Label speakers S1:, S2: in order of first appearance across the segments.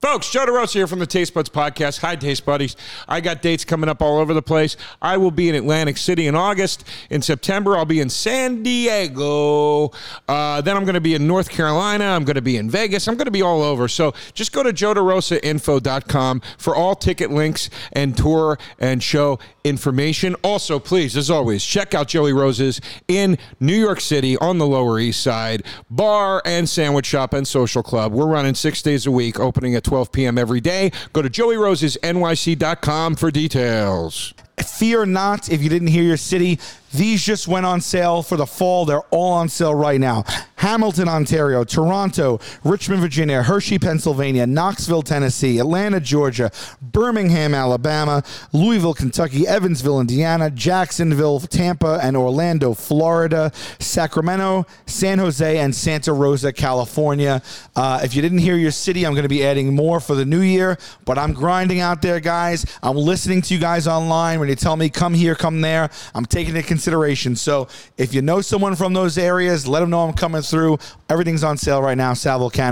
S1: Folks, Joe DeRosa here from the Taste Buds Podcast. Hi, Taste Buddies. I got dates coming up all over the place. I will be in Atlantic City in August. In September, I'll be in San Diego. Uh, then I'm going to be in North Carolina. I'm going to be in Vegas. I'm going to be all over. So just go to joederosainfo.com for all ticket links and tour and show information. Also, please, as always, check out Joey Rose's in New York City on the Lower East Side bar and sandwich shop and social club. We're running six days a week, opening at 12 p.m. every day. Go to joeyrosesnyc.com for details.
S2: Fear not if you didn't hear your city. These just went on sale for the fall. They're all on sale right now. Hamilton, Ontario, Toronto, Richmond, Virginia, Hershey, Pennsylvania, Knoxville, Tennessee, Atlanta, Georgia, Birmingham, Alabama, Louisville, Kentucky, Evansville, Indiana, Jacksonville, Tampa, and Orlando, Florida, Sacramento, San Jose, and Santa Rosa, California. Uh, if you didn't hear your city, I'm going to be adding more for the new year, but I'm grinding out there, guys. I'm listening to you guys online when you tell me come here, come there. I'm taking it into consideration. So if you know someone from those areas, let them know I'm coming through. Everything's on sale right now,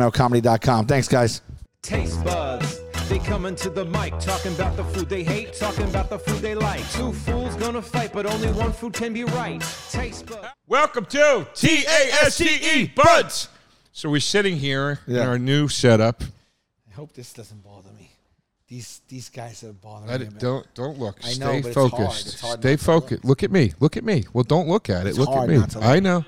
S2: salvolcanocomedy.com. Thanks, guys.
S3: Taste buds. They coming to the mic, talking about the food they hate, talking about the food they like. Two fools gonna fight, but only one food can be right. Taste buds.
S1: Welcome to T A S T E Buds. So we're sitting here
S2: Yeah.
S1: in our new setup.
S4: I hope this doesn't bother me. These these guys are bothering
S1: I
S4: me.
S1: d-
S4: man.
S1: don't don't look.
S4: I know,
S1: Stay
S4: but it's hard.
S1: focused.
S4: It's hard
S1: Stay
S4: not to look.
S1: focused. Look at me. Look at me. Well, don't look at it. look at
S4: hard
S1: me.
S4: not to look.
S1: I know.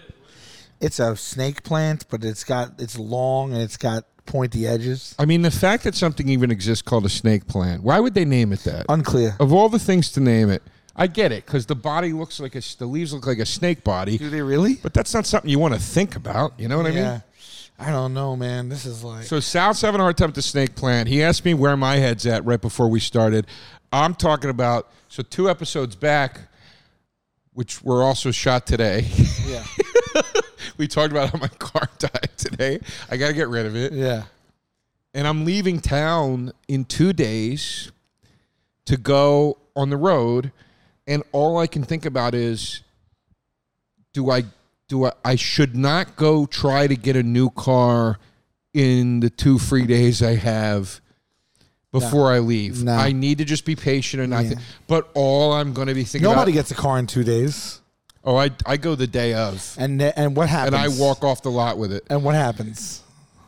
S2: It's a snake plant, but it's got it's long and it's got pointy edges.
S1: I mean, the fact that something even exists called a snake plant. Why would they name it that?
S2: Unclear.
S1: of all the things to name it, I get it because the body looks like a the leaves look like a snake body,
S2: they really?
S1: but that's not something you want to think about. You know what I
S2: yeah.
S1: mean?
S2: I don't know, man. This is like
S1: So Sal's having a hard time with the snake plant. He asked me where my head's at right before we started. I'm talking about so two episodes back, which were also shot today.
S4: Yeah.
S1: we talked about how my car died today. I got to get rid of it.
S2: yeah.
S1: and I'm leaving town in two days to go on the road, and all I can think about is, do I do I, I should not go try to get a new car in the two free days I have before I leave.
S2: No.
S1: I need to just be patient and I
S2: Yeah.
S1: think. But all I'm going to be thinking
S2: Nobody
S1: about.
S2: gets a car in 2 days.
S1: oh, I I go the day of,
S2: And th- and what happens?
S1: and I walk off the lot with it.
S2: and what happens?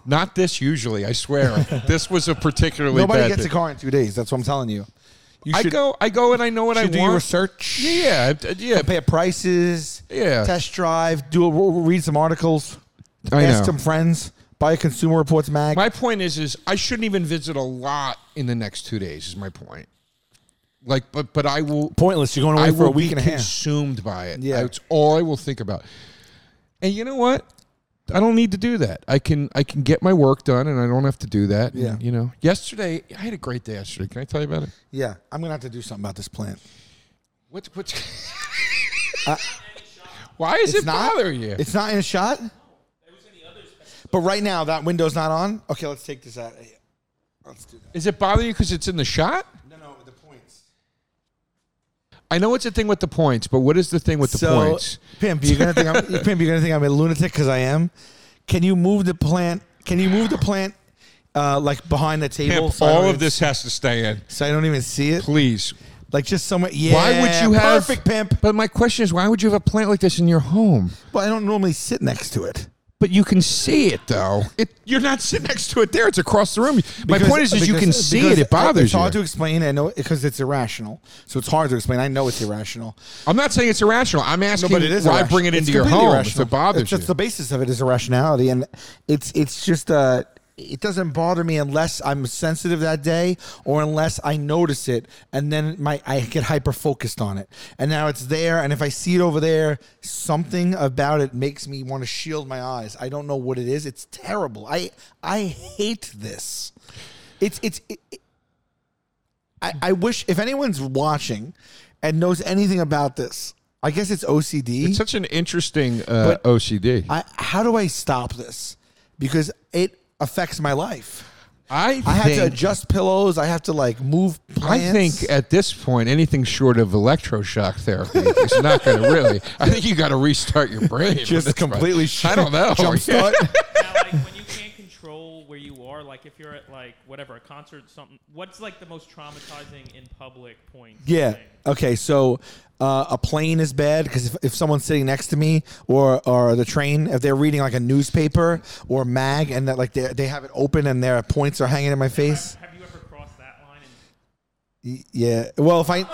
S1: Not this usually. I swear. this was a particularly
S2: Nobody
S1: bad
S2: gets
S1: day.
S2: a car in 2 days. That's what I'm telling you. You
S1: I
S2: should,
S1: go, I go, and I know what I
S2: should do
S1: want.
S2: your research.
S1: Yeah, I- uh, yeah,
S2: compare prices,
S1: Yeah.
S2: test drive, do a, read some articles,
S1: I
S2: ask
S1: know.
S2: some friends, buy a Consumer Reports mag.
S1: My point is, is I shouldn't even visit a lot in the next two days. Is my point. Like, but but I will.
S2: Pointless. You're going
S1: I
S2: away for
S1: will
S2: a week
S1: be
S2: and a half.
S1: consumed by it.
S2: Yeah.
S1: Yeah, it's all I will think about. And you know what? I don't need to do that. I can I can get my work done, and I don't have to do that. And,
S2: Yeah.
S1: you know, yesterday I had a great day. Yesterday, can I tell you about it?
S2: Yeah, I'm gonna have to do something about this plant.
S1: What what? Why is it bothering you?
S2: It's not in a shot. But right now that window's not on. Okay, let's take this out. Hey, Let's do that.
S1: Is it bothering you because it's in the shot?
S2: No, no, the points.
S1: I know it's a thing with the points, but what is the thing with the
S2: so,
S1: points?
S2: Pimp, you're gonna think I'm, Pimp, you're gonna think I'm a lunatic because I am. Can you move the plant? Can you move the plant uh, like behind the table? so I don't
S1: all
S2: even-
S1: of this has to stay in.
S2: so I don't even see it.
S1: Please.
S2: Like just somewhere. Yeah.
S1: why would you have
S2: perfect pimp?
S1: But my question is, why would you have a plant like this in your home?
S2: Well, I don't normally sit next to it.
S1: But you can see it though. It you're not sitting next to it there. It's across the room. my
S2: Because-
S1: point is, is you
S2: because-
S1: can see
S2: because
S1: it. It bothers
S2: It's hard
S1: you.
S2: to explain. I know because it's irrational. So it's hard to explain. I know it's irrational.
S1: I'm not saying it's irrational. I'm asking why
S2: irrational.
S1: bring it
S2: It's
S1: into your
S2: completely
S1: home
S2: irrational.
S1: if it bothers
S2: it's just
S1: you.
S2: the basis of it is irrationality, and it's it's just uh it doesn't bother me unless I'm sensitive that day or unless I notice it, and then my I get hyper focused on it, and now it's there, and if I see it over there, something about it makes me want to shield my eyes. I don't know what it is. It's terrible. I I hate this. It's it's. It, I, I wish if anyone's watching and knows anything about this, I guess it's OCD.
S1: it's such an interesting uh,
S2: But-
S1: OCD. I,
S2: I, how do I stop this? Because it affects my life. I have
S1: think,
S2: to adjust pillows. I have to like move
S1: I
S2: plants.
S1: think at this point, anything short of electroshock therapy is not going to really. I think you got to restart your brain. That's
S2: just
S1: right.
S2: completely.
S1: I don't know.
S2: Jumpstart.
S5: now, like when you can't control where you are, like like if you're at like whatever a concert something? What's like the most traumatizing in public point?
S2: Yeah.
S5: thing?
S2: Okay. So uh, a plane is bad because if, if someone's sitting next to me or or the train, if they're reading like a newspaper or mag and that like they, they have it open and their points are hanging in my face.
S5: Have you ever crossed that line? And,
S2: Y- Yeah. Well, if I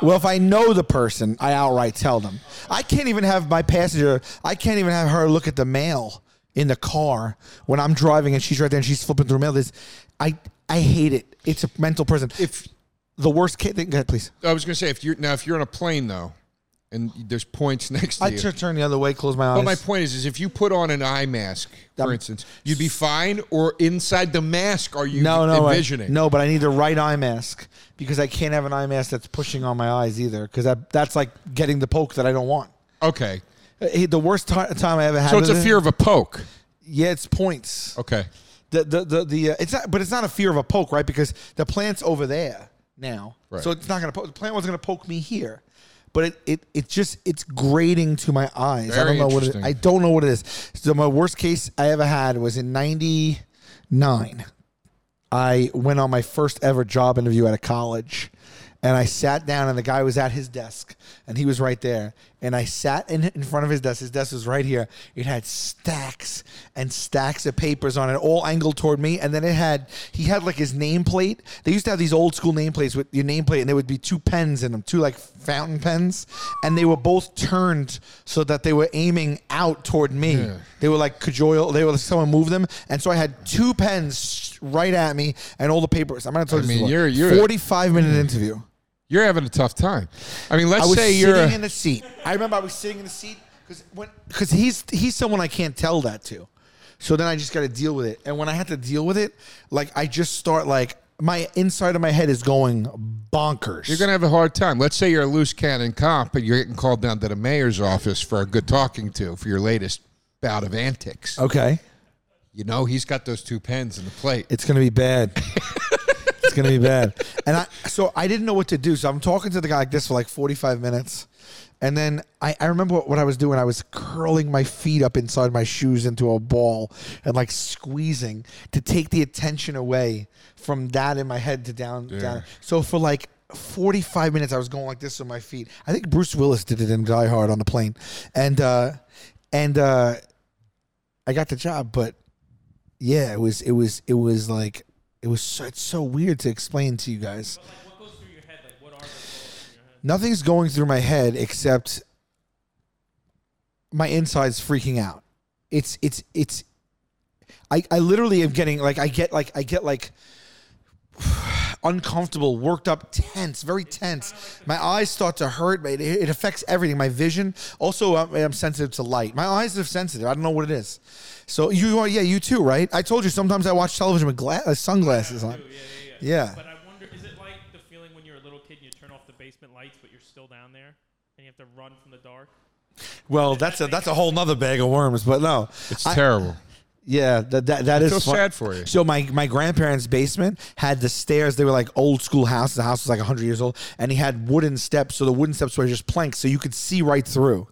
S2: well if I know the person, I outright tell them. I can't even have my passenger. I can't even have her look at the mail in the car when I'm driving and she's right there and she's flipping through mail. This, I I hate it. It's a mental prison. If the worst case, go ahead, please.
S1: I was gonna say if you're now if you're on a plane though, and there's points next to
S2: I
S1: you.
S2: just turn the other way, close my eyes.
S1: but my point is, is if you put on an eye mask, for
S2: Um,
S1: instance, you'd be fine. Or inside the mask, are you
S2: no, no, I-
S1: envisioning?
S2: no. But I need the right eye mask because I can't have an eye mask that's pushing on my eyes either. Because that, that's like getting the poke that I don't want.
S1: Okay,
S2: Uh, hey, The worst ti time I ever had.
S1: so it's a
S2: with it-
S1: fear of a poke.
S2: Yeah, it's points.
S1: Okay,
S2: The the the, the uh, it's not, but it's not a fear of a poke, right? Because the plant's over there now,
S1: Right.
S2: so it's not gonna poke. The plant wasn't gonna poke me here. But it, it, it just it's grating to my eyes. I
S1: Very
S2: don't know what it,
S1: interesting.
S2: I don't know what it is. So my worst case I ever had was in '99. I went on my first ever job interview at a college and I sat down and the guy was at his desk and he was right there and I sat in, in front of his desk his desk was right here it had stacks and stacks of papers on it all angled toward me and then it had he had like his nameplate they used to have these old school nameplates with your nameplate and there would be two pens in them two like fountain pens and they were both turned so that they were aiming out toward me they were like cajole. They were like someone moved them, and so I had two pens right at me and all the papers. I'm gonna tell you.
S1: mean,
S2: this
S1: you're-
S2: is a
S1: you're-
S2: 45 minute interview.
S1: you're having a tough time. I mean, let's
S2: I was
S1: say
S2: sitting
S1: you're. a-
S2: in the seat. I remember I was sitting in the seat because when because he's he's someone I can't tell that to, so then I just got to deal with it. And when I had to deal with it, like I just start like my inside of my head is going bonkers.
S1: You're going to have a hard time. Let's say you're a loose cannon cop and you're getting called down to the mayor's office for a good talking to for your latest bout of antics.
S2: okay.
S1: You know, he's got those two pens in the plate.
S2: It's gonna be bad. it's gonna be bad. And I so I didn't know what to do. So I'm talking to the guy like this for like 45 minutes. And then I, I remember what I was doing. I was curling my feet up inside my shoes into a ball and like squeezing to take the attention away from that in my head to down down. So for like 45 minutes, I was going like this with my feet. I think Bruce Willis did it in Die Hard on the plane. And uh and uh I got the job, but yeah, it was it was it was like it was so, it's so weird to explain to you guys.
S5: like, what goes through your head? Like, what are those?
S2: Nothing's going through my head except my insides freaking out. It's it's it's I I literally am getting like I get like I get like uncomfortable, worked up, tense, very tense. My eyes start to hurt. It, it affects everything. My vision. Also, I'm, I'm sensitive to light. My eyes are sensitive. I don't know what it is. So you are, yeah, you too, right? I told you sometimes I watch television with gla- uh, sunglasses on.
S5: Yeah, yeah, yeah.
S2: Yeah.
S5: But I wonder, is it like the feeling when you're a little kid and you turn off the basement lights, but you're still down there and you have to run from the dark?
S2: Well, that's a that's a whole nother bag of worms. But no,
S1: It's
S2: I-
S1: terrible.
S2: Yeah, that that, that is
S1: feel
S2: fu-
S1: sad for you.
S2: So my my grandparents' basement had the stairs. They were like old school houses. The house was like hundred years old, and he had wooden steps. So the wooden steps were just planks, so you could see right through.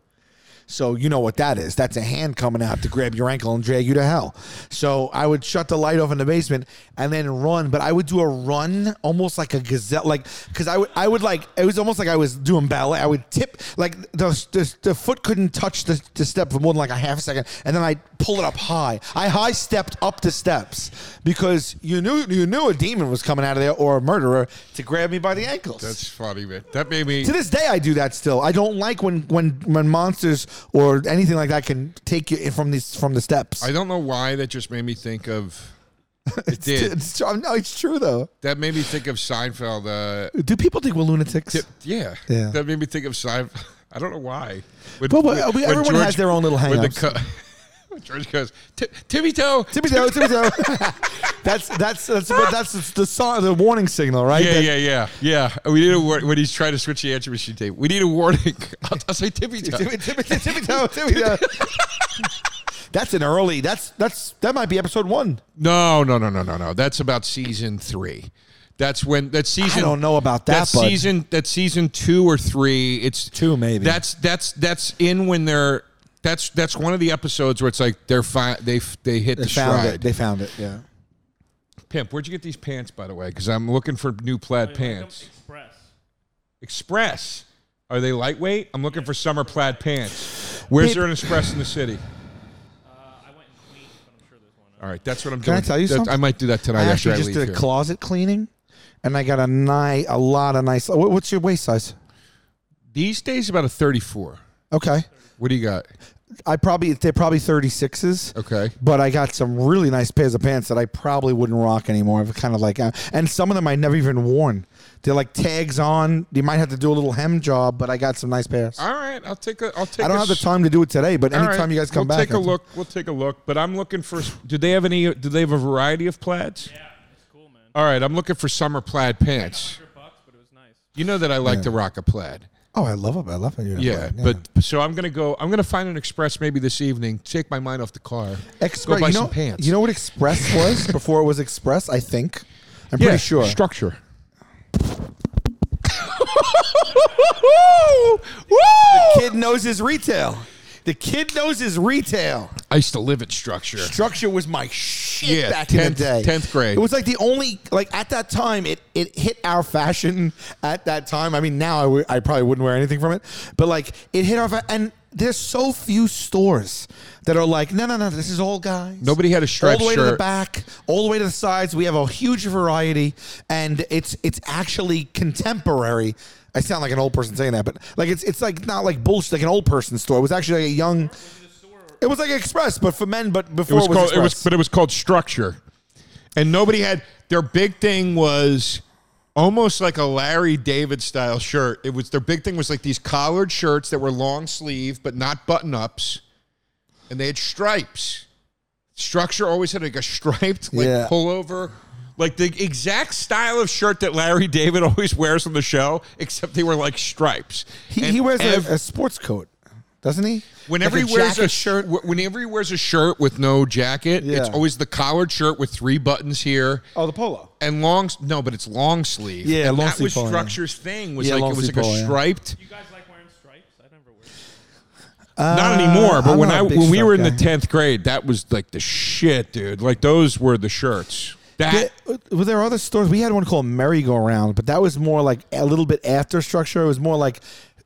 S2: So you know what that is. That's a hand coming out to grab your ankle and drag you to hell. So I would shut the light off in the basement and then run, but I would do a run almost like a gazelle, like because I would I would like it was almost like I was doing ballet. I would tip like the the, the foot couldn't touch the, the step for more than like a half second, and then I would pull it up high. I high stepped up the steps because you knew you knew a demon was coming out of there or a murderer to grab me by the ankles.
S1: That's funny, man. That made me.
S2: To this day, I do that still. I don't like when when when monsters or anything like that can take you in from these from the steps.
S1: I don't know why that just made me think of. It did.
S2: It's, tr- no, it's true though.
S1: That made me think of Seinfeld. Uh,
S2: Do people think we're lunatics?
S1: Tip- yeah.
S2: Yeah.
S1: That made me think of Seinfeld. I don't know why. When,
S2: Well, but, uh, we- everyone has their own little
S1: when the
S2: hang-ups.
S1: co- when George goes, "Ti- Timmy Toe.
S2: Tippy toe, tippy toe. that's that's that's but that's the song, the warning signal, right?
S1: Yeah,
S2: That-
S1: yeah, yeah, yeah. We need a warning when he's trying to switch the answer machine tape. We need a warning. I'll, I'll say tippy toe.
S2: Tippy, tippy, tippy, tippy toe, tippy toe. That's an early. That's that's that might be episode one.
S1: No, no, no, no, no, no. That's about season three. That's when that's season.
S2: don't know about that,
S1: That's
S2: bud.
S1: season. That's season two or three. It's
S2: Two, maybe.
S1: That's that's that's in when they're. That's that's one of the episodes where it's like they're fine. They f- they hit
S2: They
S1: the
S2: found
S1: stride.
S2: it. They found it. Yeah.
S1: Pimp, where'd you get these pants, by the way? Because I'm looking for new plaid pants.
S5: Express.
S1: Express. Are they lightweight? I'm looking for summer plaid pants. Where's there an Express in the city?
S5: Uh, I went in Queens, but I'm sure there's one.
S1: All right, that's what I'm
S2: Can
S1: doing.
S2: I tell you
S1: That-
S2: something?
S1: I might do that tonight
S2: I
S1: after
S2: actually
S1: I
S2: just
S1: leave
S2: did a
S1: here.
S2: closet cleaning, and I got a ni- a lot of nice. what- What's your waist size?
S1: These days, about a 34.
S2: Okay,
S1: What do you got?
S2: I probably they're probably thirty sixes.
S1: Okay.
S2: but I got some really nice pairs of pants that I probably wouldn't rock anymore. I've kind of like, uh, and some of them I never even worn. They're like tags on. You might have to do a little hem job, but I got some nice pairs.
S1: All right, I'll take a. I'll take.
S2: I don't
S1: a
S2: have the
S1: s-
S2: time to do it today, but
S1: All
S2: anytime
S1: right,
S2: you guys come
S1: we'll
S2: back,
S1: take a
S2: I can-
S1: look. We'll take a look. But I'm looking for. s- Do they have any? Do they have a variety of plaids?
S5: Yeah, it's cool, man.
S1: All right, I'm looking for summer plaid pants.
S5: 100 bucks, but it was nice.
S1: You know that I like to rock a plaid.
S2: Oh, I love it. I love it.
S1: Yeah, but so I'm gonna go. I'm gonna find an express maybe this evening. Take my mind off the car.
S2: Express.
S1: go buy
S2: you know,
S1: some pants.
S2: You know what Express was before it was Express? I think. I'm
S1: yeah,
S2: pretty sure.
S1: structure.
S2: Kid knows his retail. The kid knows his retail.
S1: I used to live at structure.
S2: Structure was my shit
S1: Yeah,
S2: back in
S1: 10th
S2: the day.
S1: tenth grade.
S2: It was like the only like at that time it it hit our fashion at that time. I mean now I would- I probably wouldn't wear anything from it, but like it hit our fa- and there's so few stores that are like no no no this is all guys.
S1: Nobody had a striped
S2: all the way to the
S1: shirt.
S2: back, all the way to the sides. We have a huge variety, and it's it's actually contemporary. I sound like an old person saying that, but like it's it's like not like bullshit like an old person store. It was actually like a young. It was like Express, but for men. But
S1: It
S2: before
S1: was
S2: it was,
S1: called. It was,
S2: Express.
S1: but it was called structure. And nobody had their big thing was almost like a Larry David style shirt. It was their big thing was like these collared shirts that were long sleeve but not button ups, and they had stripes. Structure always had like a striped like
S2: Yeah.
S1: pullover. Like the exact style of shirt that Larry David always wears on the show, except they were like stripes.
S2: He,
S1: And
S2: he wears
S1: ev-
S2: a, a sports coat, doesn't he?
S1: Whenever
S2: Like
S1: he wears a
S2: jacket
S1: shirt, whenever he wears a shirt with no jacket, it's
S2: Yeah.
S1: always the collared shirt with three buttons here
S2: Oh, the polo.
S1: and long. No, but it's long sleeve.
S2: Yeah,
S1: and
S2: long
S1: that
S2: sleeve
S1: was
S2: polo, yeah.
S1: structure's thing. Was
S2: Yeah,
S1: like
S2: long
S1: it was like
S2: sleeve polo,
S1: a
S2: yeah.
S1: striped.
S5: You guys like wearing stripes? I never wear.
S1: Not anymore. But
S2: Uh, I'm
S1: when
S2: not a
S1: I
S2: big
S1: when we
S2: stripe
S1: were in the
S2: guy.
S1: tenth grade, that was like the shit, dude. Like those were the shirts. That
S2: Yeah, well, there are other stores. We had one called Merry-Go-Round, but that was more like a little bit after structure. It was more like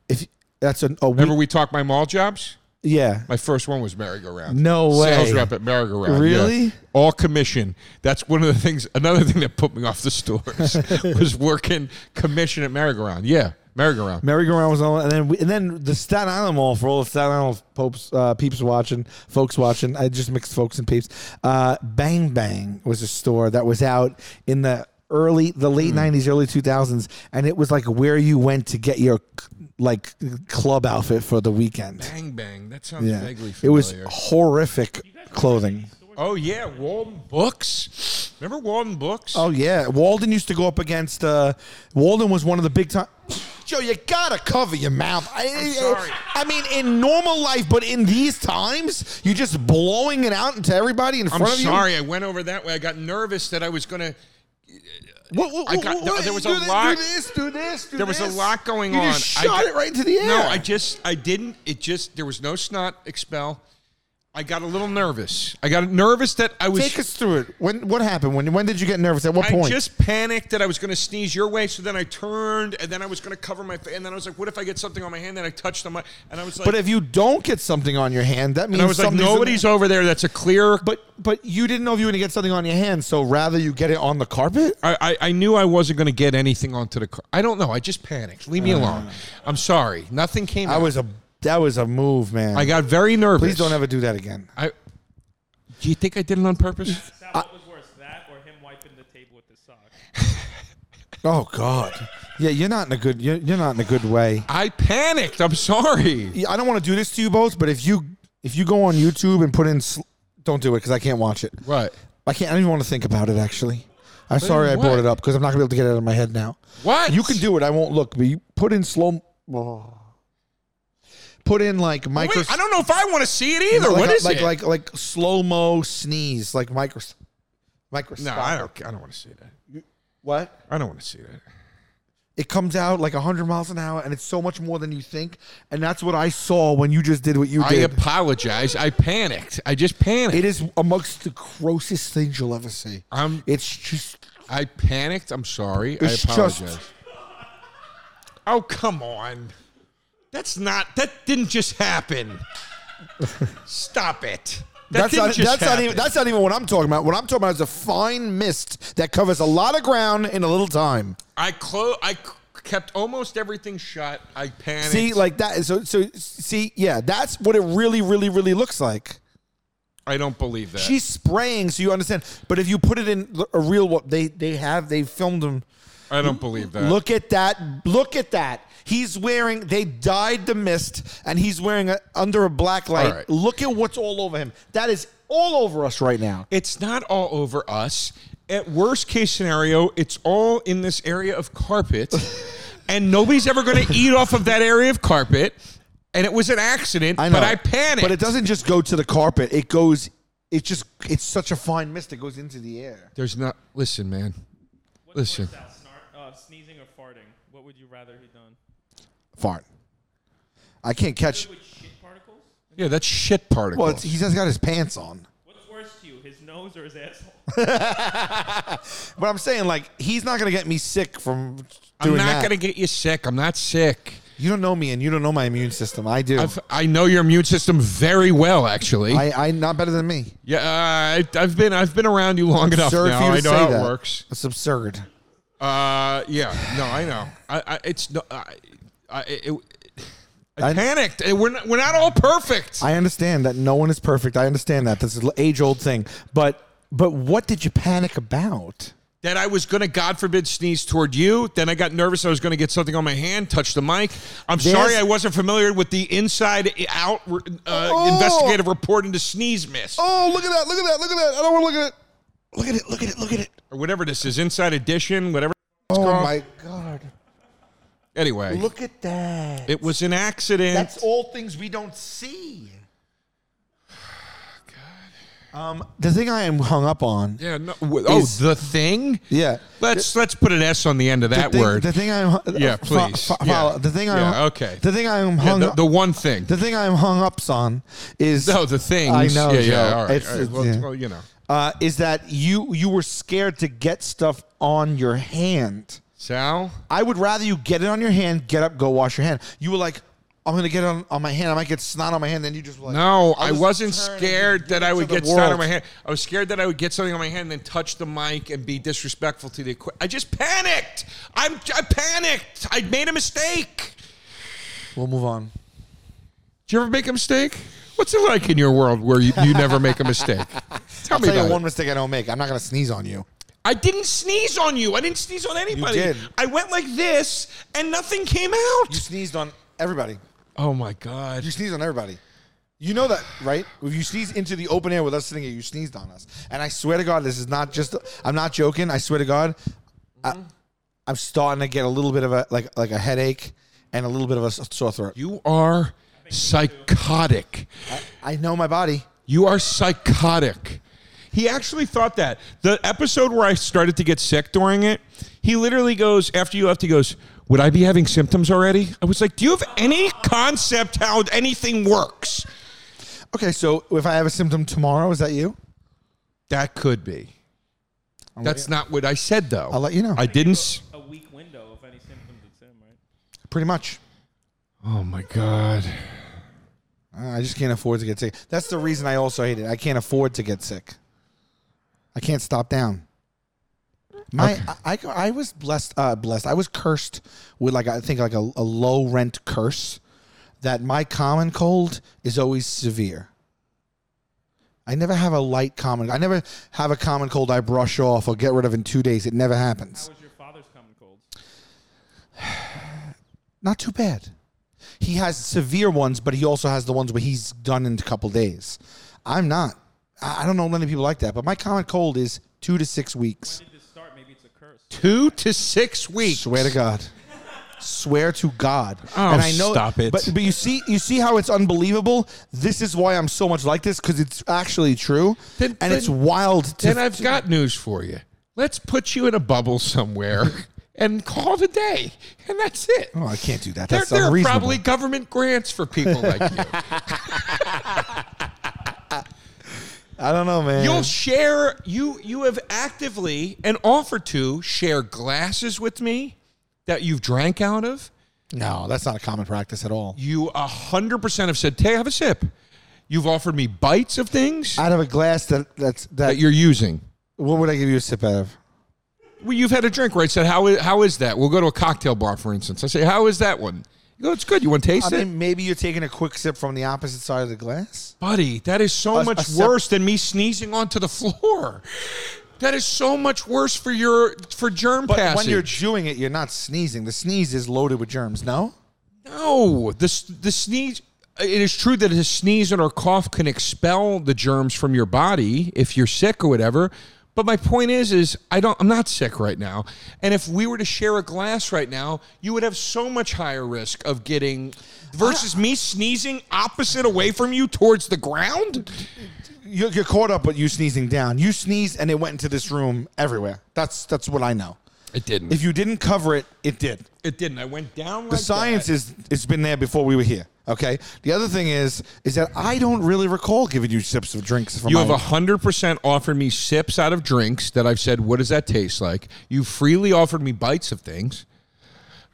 S2: if that's a, a week-
S1: remember we talked my mall jobs.
S2: yeah.
S1: My first one was merry-go-round.
S2: No
S1: Sales
S2: way.
S1: rep at merry-go-round. yeah.
S2: Really?
S1: All commission. That's one of the things. Another thing that put me off the stores was working commission at merry-go-round. Yeah, merry-go-round.
S2: Merry-Go-Round was on, and then we, and then the Staten Island Mall for all the Staten Island popes, uh, peeps watching, folks watching. I just mixed folks and peeps. Uh, Bang Bang was a store that was out in the early, the
S1: Mm.
S2: late '90s, early 2000s, and it was like where you went to get your like club outfit for the weekend.
S1: Bang bang. That sounds
S2: Yeah,
S1: vaguely
S2: it was
S1: familiar.
S2: horrific clothing.
S1: Oh yeah, Walden Books. Remember Walden Books?
S2: Oh yeah, Walden used to go up against. Uh, Walden was one of the big time. Joe, you gotta cover your mouth. I, i
S1: sorry.
S2: I mean, in normal life, but in these times, you're just blowing it out into everybody in
S1: I'm
S2: front of
S1: sorry. I went over that way. I got nervous that I was gonna.
S2: you. What, what,
S1: I got-
S2: what, what?
S1: there was
S2: do
S1: a
S2: this,
S1: lot-
S2: Do this, do this, do
S1: There was a
S2: this.
S1: lot going
S2: you
S1: on.
S2: Just
S1: I
S2: shot
S1: got-
S2: it right into the air.
S1: No, I just I didn't. It just there was no snot expel. I got a little nervous. I got nervous that I was
S2: take us through it. When what happened? When when did you get nervous? At what
S1: I
S2: point?
S1: just panicked that I was going to sneeze your way, so then I turned, and then I was going to cover my face, and then I was like, "What if I get something on my hand?" Then I touched on my, and I was like,
S2: but if you don't get something on your hand, that means
S1: and I was like,
S2: something's in-
S1: "Nobody's over there. That's a clear."
S2: But but you didn't know if you were gonna get something on your hand, so rather you get it on the carpet.
S1: I, I, I knew I wasn't going to get anything onto the car. I don't know. I just panicked. Leave me alone. I'm sorry. Nothing came.
S2: Uh. I
S1: out.
S2: was a that was a move, man.
S1: I got very nervous.
S2: Please don't ever do that again.
S1: I. Do you think I did it on purpose?
S5: Sal, what was worse, that or him wiping the table with his sock?
S2: Oh God. Yeah, you're not in a good. You're, you're not in a good way.
S1: I panicked. I'm sorry.
S2: Yeah, I don't want to do this to you both, but if you if you go on YouTube and put in, sl- don't do it because I can't watch it.
S1: What?
S2: I can't. I don't even want to think about it. Actually, I'm sorry I brought
S1: what?
S2: it up because I'm not gonna be able to get it out of my head now.
S1: What?
S2: You can do it. I won't look. But you put in slow. oh. Put in like micro.
S1: Wait, I don't know if I want to see it either.
S2: like,
S1: what
S2: a-
S1: is
S2: like,
S1: it?
S2: Like like slow mo sneeze like micro. Micro.
S1: no, I don't. I don't want to see that.
S2: What?
S1: I don't want to see that.
S2: It comes out like 100 miles an hour, and it's so much more than you think. And that's what I saw when you just did what you
S1: I
S2: did.
S1: apologize. I panicked. I just panicked.
S2: it is amongst the grossest things you'll ever see.
S1: I'm-
S2: it's just,
S1: I panicked. I'm sorry.
S2: It's
S1: I
S2: just-
S1: apologize. Oh come on, that's not. That didn't just happen. Stop it. That
S2: that's
S1: didn't
S2: not,
S1: just
S2: that's, not
S1: happen.
S2: even, that's not even what I'm talking about. What I'm talking about is a fine mist that covers a lot of ground in a little time.
S1: I clo- I c- kept almost everything shut. I panicked.
S2: See, like that. So, so see, yeah, that's what it really, really, really looks like.
S1: I don't believe that.
S2: She's spraying, so you understand. But if you put it in l- a real, what they they have, they filmed him.
S1: I don't believe that.
S2: Look at that! Look at that! He's wearing. They dyed the mist, and he's wearing a, under a black light.
S1: All right.
S2: Look at what's all over him. That is all over us right now.
S1: it's not all over us. At worst case scenario, it's all in this area of carpet, and nobody's ever going to eat off of that area of carpet. And it was an accident,
S2: I know,
S1: but I panicked.
S2: But it doesn't just go to the carpet. It goes. It just. It's such a fine mist. It goes into the air.
S1: There's not. Listen, man.
S5: What's
S1: Listen.
S5: worse out, snar- uh, sneezing or farting? What would you rather he done?
S2: Fart. I can't catch.
S5: With shit particles?
S1: Yeah, that's shit particles.
S2: Well, it's, he has got his pants on.
S5: What's worse to you, his nose or his asshole?
S2: But I'm saying, like, he's not gonna get me sick from doing
S1: I'm not
S2: that.
S1: going to get you sick. I'm not sick.
S2: You don't know me, and you don't know my immune system. I do.
S1: I've, I know your immune system very well, actually.
S2: I, I not better than me.
S1: yeah, uh, I, I've been I've been around you long enough
S2: Absurd for
S1: now.
S2: you
S1: I
S2: to
S1: know
S2: say
S1: how
S2: that.
S1: it works.
S2: That's absurd.
S1: Uh, yeah, no, I know. I, I it's no, I, I, it, I
S2: I-
S1: panicked. We're not, we're not all perfect.
S2: I understand that no one is perfect. I understand that. This is an age old thing. But but what did you panic about?
S1: that I was gonna, God forbid, sneeze toward you. Then I got nervous. I was gonna get something on my hand, touch the mic. I'm
S2: There's-
S1: sorry, I wasn't familiar with the inside out uh, investigative report into sneeze miss
S2: Oh, look at that! Look at that! Look at that! I don't want to look at it. Look at it! Look at it! Look at it!
S1: or whatever this is, Inside Edition, whatever.
S2: oh
S1: called-
S2: my god!
S1: Anyway,
S2: Look at that!
S1: it was an accident.
S2: That's all things we don't see. God. Um, the thing I am hung up on.
S1: yeah. No, w- oh,
S2: Is-
S1: the thing.
S2: Yeah.
S1: Let's let's put an S on the end of that
S2: the thing,
S1: word.
S2: The thing I'm. uh,
S1: Yeah,
S2: fo- fo-
S1: please.
S2: fo-
S1: Yeah.
S2: The thing I'm.
S1: Yeah, okay.
S2: The thing I'm
S1: Yeah,
S2: hung.
S1: the,
S2: up,
S1: the one thing.
S2: The thing I'm hung up on is
S1: No, the things.
S2: I know,
S1: Yeah, yeah.
S2: Joe.
S1: All right.
S2: It's-
S1: All right. Well,
S2: yeah.
S1: well, you know.
S2: uh, is that you you were scared to get stuff on your hand.
S1: Sal,
S2: I would rather you get it on your hand, get up, go wash your hand. You were like, I'm gonna get it on, on my hand. I might get snot on my hand. Then you just were like,
S1: no, I
S2: I'll just
S1: wasn't
S2: turn and
S1: scared
S2: give
S1: that
S2: it
S1: I
S2: to
S1: would
S2: the
S1: get something on
S2: world.
S1: my hand. I was scared that I would get something on my hand and then touch the mic and be disrespectful to the equipment. I just panicked. I'm I panicked. I made a mistake.
S2: We'll move on.
S1: Did you ever make a mistake? What's it like in your world where you, you never make a mistake? Tell me
S2: I'll tell
S1: about
S2: you
S1: it.
S2: one mistake I don't make. I'm not gonna sneeze on you.
S1: I didn't sneeze on you. I didn't sneeze on anybody.
S2: did.
S1: I went like this and nothing came out.
S2: You sneezed on everybody.
S1: oh my god.
S2: You sneezed on everybody. You know that, right? If you sneeze into the open air with us sitting here, you sneezed on us. And I swear to God, this is not just. I'm not joking. I swear to God,
S1: Mm-hmm.
S2: I, I'm starting to get a little bit of a like like a headache and a little bit of a s- sore throat.
S1: You are psychotic.
S2: I know my body.
S1: You are psychotic. He actually thought that. The episode where I started to get sick during it, he literally goes, after you left, he goes, Would I be having symptoms already? I was like, Do you have any concept how anything works?
S2: Okay, so if I have a symptom tomorrow, is that you?
S1: That could be. That's not what I said, though.
S2: I'll let you know.
S1: I didn't. s-
S5: A weak window of any symptoms it's him, right?
S2: Pretty much.
S1: Oh my God.
S2: Uh, I just can't afford to get sick. That's the reason I also hate it. I can't afford to get sick. I can't stop down. My I, I, I was blessed uh, blessed. I was cursed with like I think like a, a low rent curse that my common cold is always severe. I never have a light common. I never have a common cold I brush off or get rid of in two days. It never happens.
S5: How was your father's common cold?
S2: not too bad. He has severe ones, but he also has the ones where he's done in a couple days. I'm not. I I don't know many people like that, but my common cold is two to six
S5: When
S2: weeks.
S5: did this start? Maybe it's a curse.
S1: Two to six weeks.
S2: Swear to God. Swear to God.
S1: Oh, stop it.
S2: But, but you see, you see how it's unbelievable. This is why I'm so much like this because it's actually true,
S1: Then-
S2: and
S1: then-
S2: it's wild. To,
S1: Then I've got news for you. Let's put you in a bubble somewhere and call it a day, and that's it.
S2: Oh, I can't do that.
S1: There,
S2: That's
S1: there are
S2: unreasonable.
S1: probably government grants for people like you.
S2: I don't know, man.
S1: You'll share you you have actively and offered to share glasses with me that you've drank out of.
S2: no, that's not a common practice at all.
S1: You hundred percent have said, "Hey, have a sip." You've offered me bites of things
S2: Out of a glass that that's that.
S1: that you're using.
S2: what would I give you a sip out of?
S1: Well, you've had a drink, right? Said, "How is how is that?" We'll go to a cocktail bar, for instance. I say, "How is that one?" You go, "It's good." You want to
S2: I
S1: taste it,
S2: mean, maybe you're taking a quick sip from the opposite side of the glass.
S1: buddy? That is so
S2: A-
S1: much
S2: a sep-
S1: worse than me sneezing onto the floor. That is so much worse for your for germ
S2: But
S1: passage.
S2: when you're chewing it, you're not sneezing. The sneeze is loaded with germs. No,
S1: No, the s- the sneeze. It is true that a sneeze or a cough can expel the germs from your body if you're sick or whatever. But my point is, is I don't. I'm not sick right now. And if we were to share a glass right now, you would have so much higher risk of getting versus me sneezing opposite away from you towards the ground.
S2: you're, you're caught up, but you sneezing down. You sneezed, and it went into this room everywhere. That's that's what I know.
S1: It didn't.
S2: If you didn't cover it, it did.
S1: it didn't. I went down.
S2: the science is it's been there before we were here. Okay. The other thing is is that I don't really recall giving you sips of drinks. From
S1: You
S2: my,
S1: have hundred percent offered me sips out of drinks that I've said, "What does that taste like?" You freely offered me bites of things.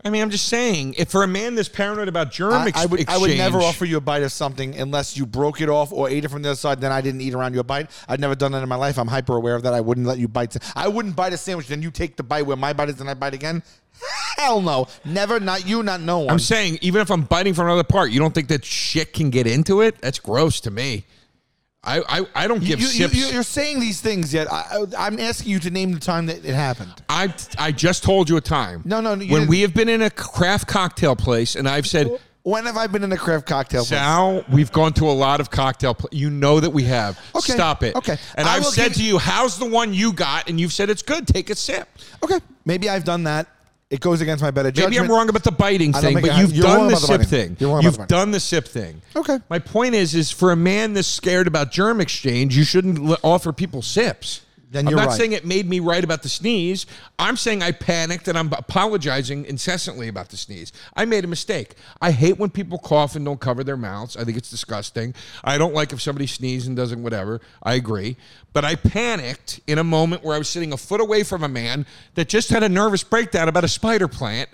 S1: I mean, I'm just saying, if for a man this paranoid about germ
S2: I,
S1: ex-
S2: I would I
S1: exchange,
S2: would never offer you a bite of something unless you broke it off or ate it from the other side. Then I didn't eat around you a bite. I've never done that in my life. I'm hyper aware of that. I wouldn't let you bite. I wouldn't bite a sandwich. Then you take the bite where my bite is, and I bite again. Hell no, never. Not you. Not no one.
S1: I'm saying, even if I'm biting from another part, you don't think that shit can get into it? That's gross to me. I I, I don't give
S2: you,
S1: sips.
S2: are saying these things yet. I, I, I'm asking you to name the time that it happened.
S1: I I just told you a time.
S2: No, no, no, you
S1: When
S2: didn't-
S1: we have been in a craft cocktail place, and I've said.
S2: When have I been in a craft cocktail? place?
S1: Sal, we've gone to a lot of cocktail. Pl- you know that we have.
S2: Okay,
S1: Stop it.
S2: okay.
S1: And
S2: I
S1: I've
S2: will
S1: said
S2: give-
S1: to you, "How's the one you got?" And you've said it's good. Take a sip.
S2: Okay, maybe I've done that. It goes against my better
S1: Maybe
S2: judgment.
S1: I'm wrong about the biting
S2: I don't
S1: thing,
S2: think
S1: but
S2: I-
S1: you've
S2: you're
S1: done
S2: wrong
S1: the
S2: about the
S1: sip
S2: biting.
S1: thing.
S2: You're wrong about
S1: you've
S2: the biting.
S1: done the sip thing.
S2: Okay.
S1: My point is, is for a man this scared about germ exchange, you shouldn't l- offer people sips.
S2: Then
S1: I'm
S2: you're
S1: not
S2: right.
S1: saying it made me right about the sneeze. I'm saying I panicked and I'm apologizing incessantly about the sneeze. I made a mistake. I hate when people cough and don't cover their mouths. I think it's disgusting. I don't like if somebody sneezes and doesn't whatever. I agree. But I panicked in a moment where I was sitting a foot away from a man that just had a nervous breakdown about a spider plant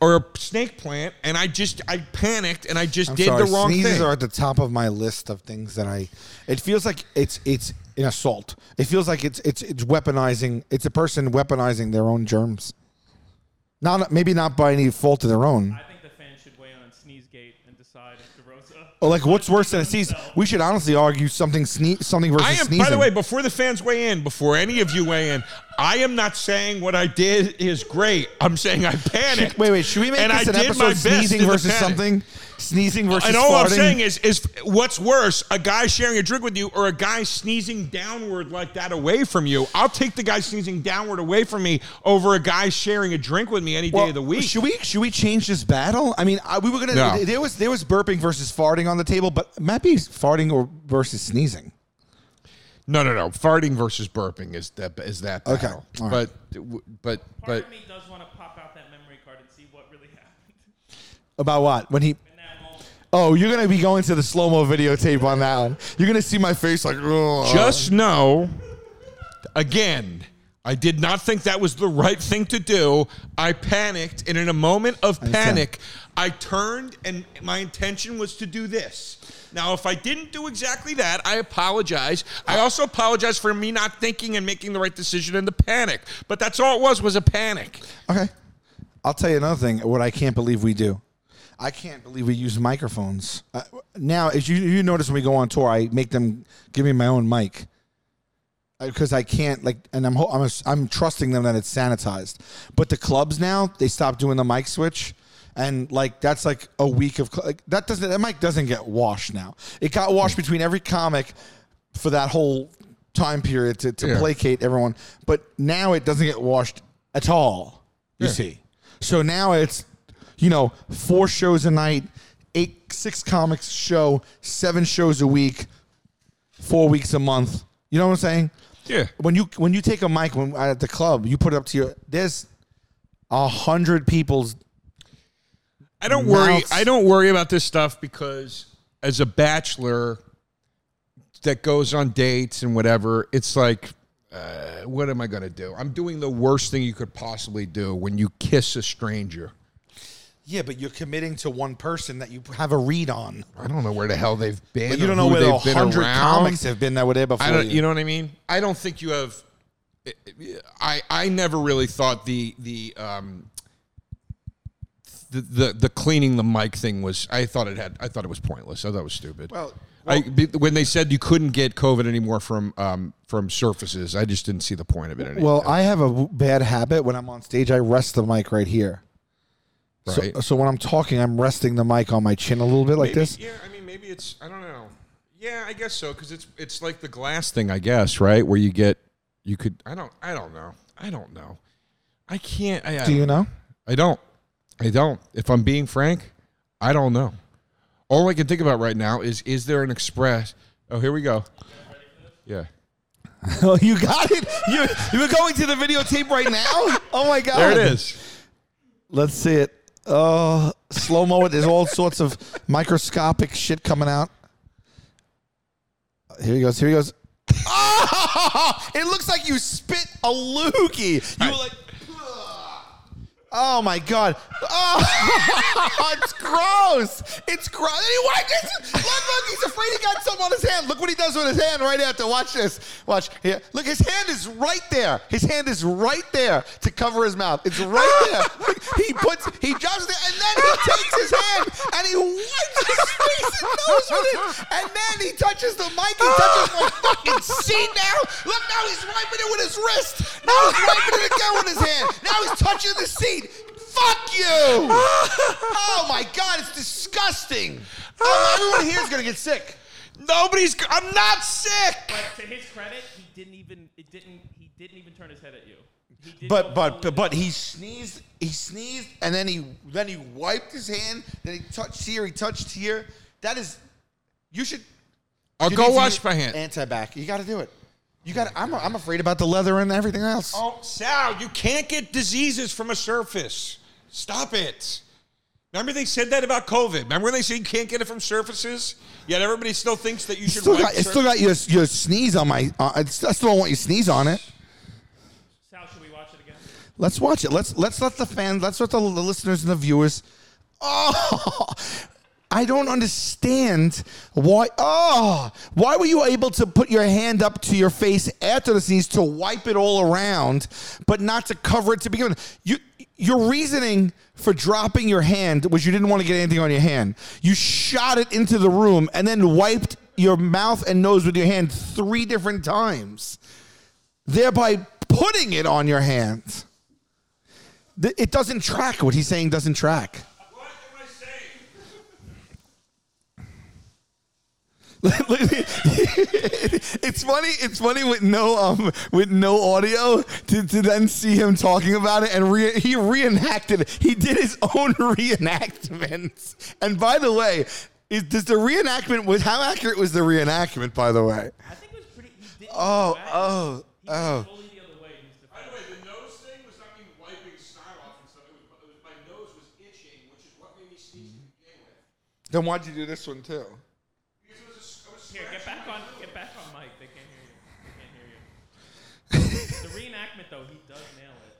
S1: or a snake plant. And I just, I panicked and I just
S2: I'm
S1: did
S2: sorry,
S1: the wrong
S2: sneezes
S1: thing.
S2: are at the top of my list of things that I. It feels like it's it's an assault. It feels like it's it's it's weaponizing. It's a person weaponizing their own germs. Not maybe not by any fault of their own.
S5: I think the fans should weigh in on Sneezegate and decide if DeRosa.
S2: Or like what's worse than a sneeze? We should honestly argue something sneeze something versus
S1: I am,
S2: sneezing.
S1: by the way, before the fans weigh in, before any of you weigh in, I am not saying what I did is great. I'm saying I panicked.
S2: Should- wait, wait. Should we make
S1: and
S2: this
S1: I
S2: an
S1: did my
S2: episode
S1: best
S2: sneezing
S1: in the
S2: versus
S1: panic.
S2: something? Sneezing versus
S1: And all
S2: farting?
S1: I'm saying is, is what's worse, a guy sharing a drink with you or a guy sneezing downward like that away from you? I'll take the guy sneezing downward away from me over a guy sharing a drink with me any day of the week.
S2: Should we should we change this battle? I mean, I, we were gonna.
S1: No.
S2: There was there was burping versus farting on the table, but might be farting or versus sneezing.
S1: No, no, no. Farting versus burping is that is that
S2: Okay,
S1: battle.
S2: all right.
S1: But but
S5: Part
S1: but
S5: of me does want to pop out that memory card and see what really happened
S2: About what? When he?
S5: in that moment.
S2: Oh, you're gonna be going to the slow mo videotape on that one. You're gonna see my face like. Ugh.
S1: just know again i did not think that was the right thing to do i panicked and in a moment of panic i turned and my intention was to do this now if i didn't do exactly that i apologize i also apologize for me not thinking and making the right decision in the panic but that's all it was was a panic
S2: Okay. I'll tell you another thing. What I can't believe we do. I can't believe we use microphones. Uh, now, as you you notice when we go on tour, I make them give me my own mic because I can't like, and I'm ho- I'm ass- I'm trusting them that it's sanitized. But the clubs now they stopped doing the mic switch. And like that's like a week of cl- like, that doesn't that mic doesn't get washed now. It got washed between every comic for that whole time period to, to
S1: Yeah.
S2: placate everyone. But now it doesn't get washed at all. You see. So now it's, you know, four shows a night, eight, six comics a show, seven shows a week, four weeks a month. You know what I'm saying?
S1: yeah
S2: When you when you take a mic when at the club, you put it up to your there's
S6: a hundred people's.
S1: I don't worry.
S6: Mouths.
S1: I don't worry about this stuff because as a bachelor that goes on dates and whatever, it's like, uh, what am I going to do? I'm doing the worst thing you could possibly do when you kiss a stranger.
S6: Yeah, but you're committing to one person that you have a read on.
S1: I don't know where the hell they've been.
S6: But you
S1: or
S6: don't know
S1: who
S6: whether a
S1: they've been
S6: hundred
S1: around.
S6: comics have been that were there before.
S1: I don't. You know what I mean? I don't think you have. I I never really thought the the um the the, the cleaning the mic thing was. I thought it had. I thought it was pointless. I thought it was stupid. Well. I, be- when they said you couldn't get COVID anymore from um, from surfaces, I just didn't see the point of it anymore.
S2: Well, I have a w- bad habit when I'm on stage. I rest the mic right here. So-
S1: right?
S2: So, when I'm talking, I'm resting the mic on my chin a little bit like
S1: Maybe-
S2: this.
S1: Yeah, I mean, maybe it's. I don't know. Yeah, I guess so because it's it's like the glass thing, I guess, right? Where you get you could. I don't. I don't know. I don't know. I can't. I, I
S2: Do you know?
S1: I don't. I don't. If I'm being frank, I don't know. All I can think about right now is is there an express? Oh, here we go. Yeah.
S2: Oh, you got it. You you're going to the videotape right now. Oh my god!
S1: There it is.
S2: Let's see it. Oh, slow mo. There's all sorts of microscopic shit coming out. Here he goes. Here he goes. Oh, it looks like you spit a loogie. You were like, oh my god. Oh, it's gross. It's gross. And he wiped his- Look, look, he's afraid he got something on his hand. Look what he does with his hand right after. Watch this. Watch. Here. Look, his hand is right there. His hand is right there to cover his mouth. It's right there. Look, he puts, he drops it, and then he takes his hand and he wipes his face and nose with it. And then he touches the mic. He touches my fucking seat now. Look, now he's wiping it with his wrist. Now he's wiping it again with his hand. Now he's touching the seat. Fuck you! Oh my god, it's disgusting. Oh, everyone here is gonna get sick.
S1: Nobody's. I'm not sick.
S5: But to his credit, he didn't even it didn't he didn't even turn his head at you. He did
S2: But
S5: go
S2: but
S5: full-
S2: but, but he sneezed. He sneezed, and then he then he wiped his hand. Then he touched here. He touched here. That is, you should
S1: I'll
S2: you need
S1: go
S2: to
S1: wash
S2: use
S1: my hand.
S2: Anti-bac. You got to do it. You got. to I'm I'm afraid about the leather and everything else.
S1: Oh, Sal, you can't get diseases from a surface. Stop it. Remember they said that about COVID. Remember when they said you can't get it from surfaces? Yet everybody still thinks that you should.
S2: still
S1: wipe
S2: got, it
S1: surfaces.
S2: still got your your sneeze on my. Uh, I still I still don't want you to sneeze on it.
S5: Sal, should we watch it again?
S2: Let's watch it. Let's let's let the fans, let's let the, the listeners and the viewers. Oh, I don't understand why. Oh, why were you able to put your hand up to your face after the sneeze to wipe it all around, but not to cover it to begin with? You your reasoning for dropping your hand was you didn't want to get anything on your hand. You shot it into the room and then wiped your mouth and nose with your hand three different times thereby putting it on your hand. Th- It doesn't track. What he's saying doesn't track. it's funny. It's funny with no um with no audio to, to then see him talking about it and re- he reenacted. it. He did his own reenactment. And by the way, is does the reenactment was how accurate was the reenactment? By the way,
S5: I think it was pretty. He didn't
S2: Oh,
S5: go back.
S2: oh,
S5: he
S2: oh.
S5: Went totally the other way. in his defense.
S1: By the way, the nose thing was not me wiping snot off and stuff. It was, it was my nose was itching, which is what made me sneeze to begin with.
S2: then why'd you do this one too?
S1: Because it was a, s- I was
S5: Here,
S1: scratching.
S5: get back on, get back on mic. They can't hear you. They can't hear you. the reenactment though, he does nail it.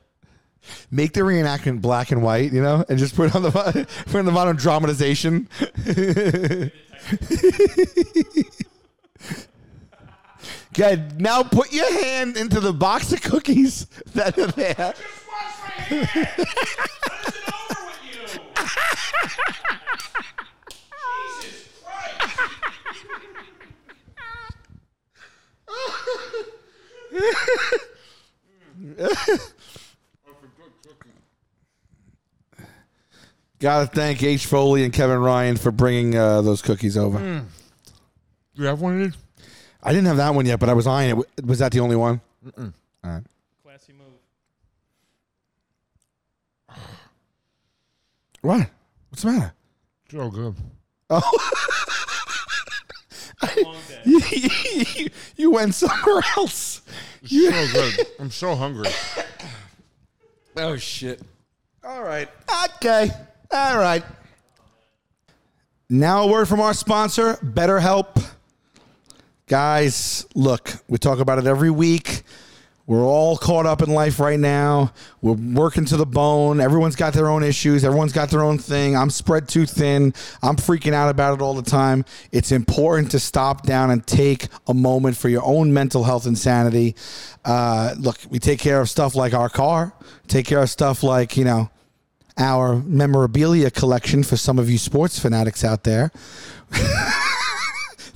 S2: make the reenactment black and white, you know, and just put it on the bo- put it on the bottom dramatization. Good. Now put your hand into the box of cookies that are there.
S1: Just wash my hand. What is it over with you? Jesus Christ!
S2: Gotta thank H. Foley and Kevin Ryan for bringing uh, those cookies over.
S1: You have one of these?
S2: I didn't have that one yet, but I was eyeing it. W- Was that the only one?
S5: Classy move.
S2: What? What's the matter?
S1: So Oh, good.
S5: Long day.
S2: you went somewhere else.
S1: So good. I'm so hungry.
S7: Oh shit.
S8: All right.
S2: Okay. All right. Now, a word from our sponsor, BetterHelp. Guys, look, we talk about it every week. We're all caught up in life right now. We're working to the bone. Everyone's got their own issues. Everyone's got their own thing. I'm spread too thin. I'm freaking out about it all the time. It's important to stop down and take a moment for your own mental health and sanity. Uh, look, we take care of stuff like our car, take care of stuff like, you know, our memorabilia collection for some of you sports fanatics out there.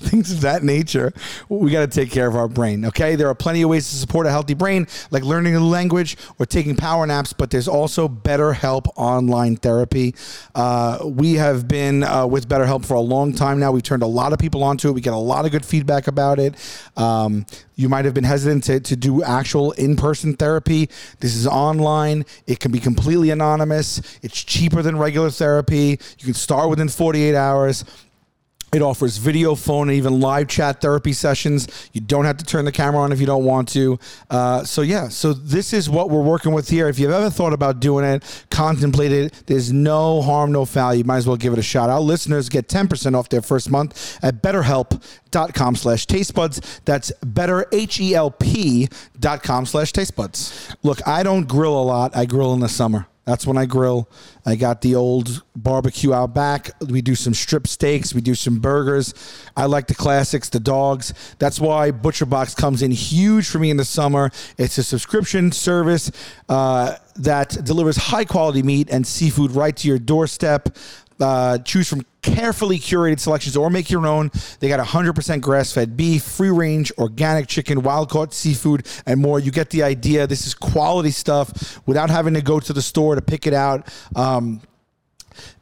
S2: Things of that nature. We got to take care of our brain, okay? There are plenty of ways to support a healthy brain, like learning a new language or taking power naps, but there's also BetterHelp online therapy. Uh, we have been uh, with BetterHelp for a long time now. We've turned a lot of people onto it. We get a lot of good feedback about it. Um, you might have been hesitant to, to do actual in person therapy. This is online. It can be completely anonymous. It's cheaper than regular therapy. You can start within 48 hours. It offers video, phone, and even live chat therapy sessions. You don't have to turn the camera on if you don't want to. Uh, so, yeah, so this is what we're working with here. If you've ever thought about doing it, contemplated it, there's no harm, no foul. You might as well give it a shot. Our listeners get 10% off their first month at betterhelp.com slash tastebuds. That's better, H-E-L-P dot com slash tastebuds. Look, I don't grill a lot. I grill in the summer. That's when I grill. I got the old barbecue out back. We do some strip steaks. We do some burgers. I like the classics, the dogs. That's why Butcher Box comes in huge for me in the summer. It's a subscription service uh, that delivers high quality meat and seafood right to your doorstep. Uh, choose from carefully curated selections or make your own. They got 100% grass fed beef, free range, organic chicken, wild caught seafood, and more. You get the idea. This is quality stuff without having to go to the store to pick it out. Um,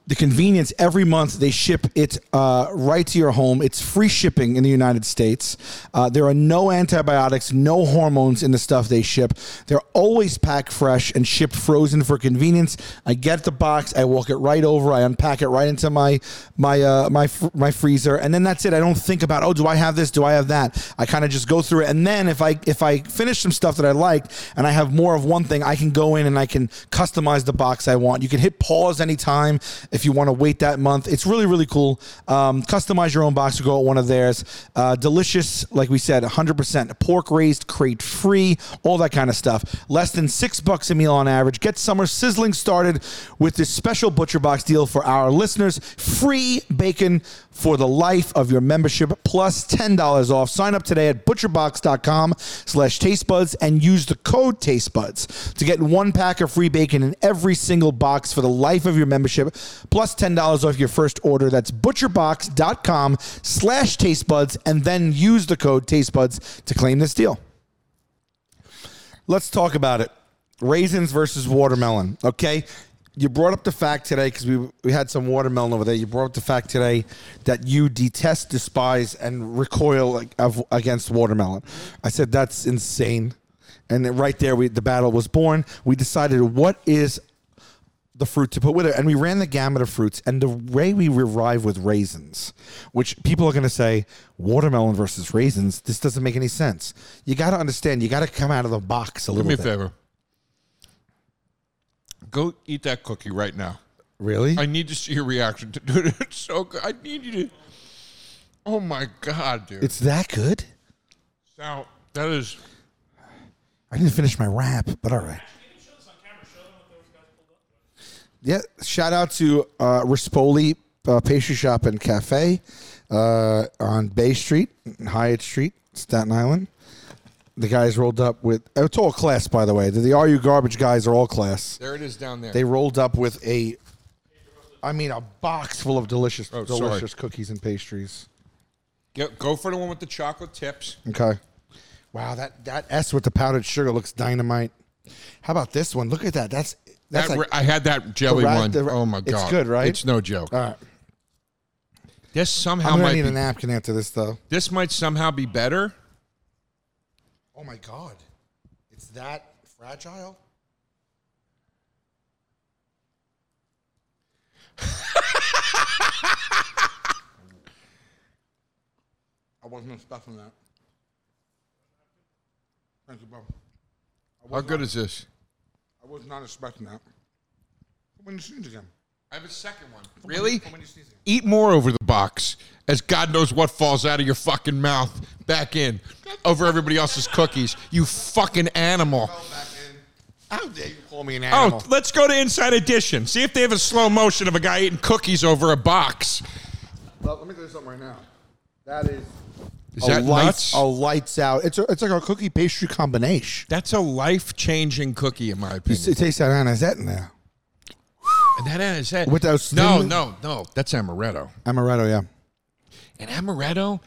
S2: the convenience every month they ship it uh, right to your home it's free shipping in the united states uh, there are no antibiotics no hormones in the stuff they ship they're always packed fresh and shipped frozen for convenience i get the box i walk it right over i unpack it right into my my uh, my fr- my freezer and then that's it i don't think about oh do i have this do i have that i kind of just go through it and then if i if i finish some stuff that i liked and i have more of one thing i can go in and i can customize the box i want you can hit pause anytime if you want to wait that month. It's really, really cool. Um, customize your own box or go at one of theirs. Uh, delicious, like we said, 100% pork raised, crate free, all that kind of stuff. Less than six bucks a meal on average. Get summer sizzling started with this special Butcher Box deal for our listeners. Free bacon for the life of your membership, plus $10 off. Sign up today at butcherbox.com slash tastebuds and use the code tastebuds to get one pack of free bacon in every single box for the life of your membership plus $10 off your first order. That's butcherbox.com slash tastebuds and then use the code tastebuds to claim this deal. Let's talk about it. Raisins versus watermelon. Okay. You brought up the fact today because we, we had some watermelon over there. You brought up the fact today that you detest, despise, and recoil like, of, against watermelon. I said that's insane, and then right there we the battle was born. We decided what is the fruit to put with it. And we ran the gamut of fruits. And the way we arrive with raisins, which people are going to say, watermelon versus raisins, this doesn't make any sense. You got to understand, you got to come out of the box a
S1: Do
S2: little
S1: me a
S2: bit.
S1: favor. Go eat that cookie right now.
S2: Really?
S1: I need to see your reaction to it. It's so good. I need you to. Oh my god, dude!
S2: it's that good?
S1: now that is
S2: I didn't finish my wrap, but all right. Yeah, shout out to uh, Rispoli uh, Pastry Shop and Cafe uh, on Bay Street, Hyatt Street, Staten Island. The guys rolled up with it's all class, by the way. The, the RU garbage guys are all class.
S1: there. It is down there.
S2: They rolled up with a, I mean, a box full of delicious,
S1: Oh, sorry.
S2: delicious cookies and pastries.
S1: Go, go for the one with the chocolate tips.
S2: Okay. Wow, that that S with the powdered sugar looks dynamite. How about this one? Look at that. That's that's
S1: That,
S2: like,
S1: ra- I had that jelly
S2: the ra-
S1: one.
S2: the ra-
S1: oh my
S2: it's
S1: god,
S2: good, right?
S1: It's no joke.
S2: all right.
S1: this
S2: I'm
S1: somehow
S2: gonna
S1: might
S2: need
S1: be,
S2: a napkin after this though.
S1: this might somehow be better.
S2: Oh my god, it's that fragile.
S8: I wasn't expecting that. Thank you, bro.
S1: How good is this?
S8: I was not expecting that.
S2: When you sneeze again.
S1: I have a second one. Really? Eat more over the box, as God knows what falls out of your fucking mouth back in over everybody else's cookies. You fucking animal.
S2: How dare you call me an
S1: Oh,
S2: animal?
S1: let's go to Inside Edition. See if they have a slow motion of a guy eating cookies over a box.
S2: Well, let me tell you something right now. That is
S1: Is that
S2: lights,
S1: nuts?
S2: a lights out. It's a, it's like a cookie pastry combination.
S1: That's a life changing cookie, in my opinion.
S2: It tastes that anisette in there.
S1: And that is that.
S2: With those
S1: no,
S2: stim-
S1: no, no. That's amaretto.
S2: Amaretto, yeah.
S1: And amaretto,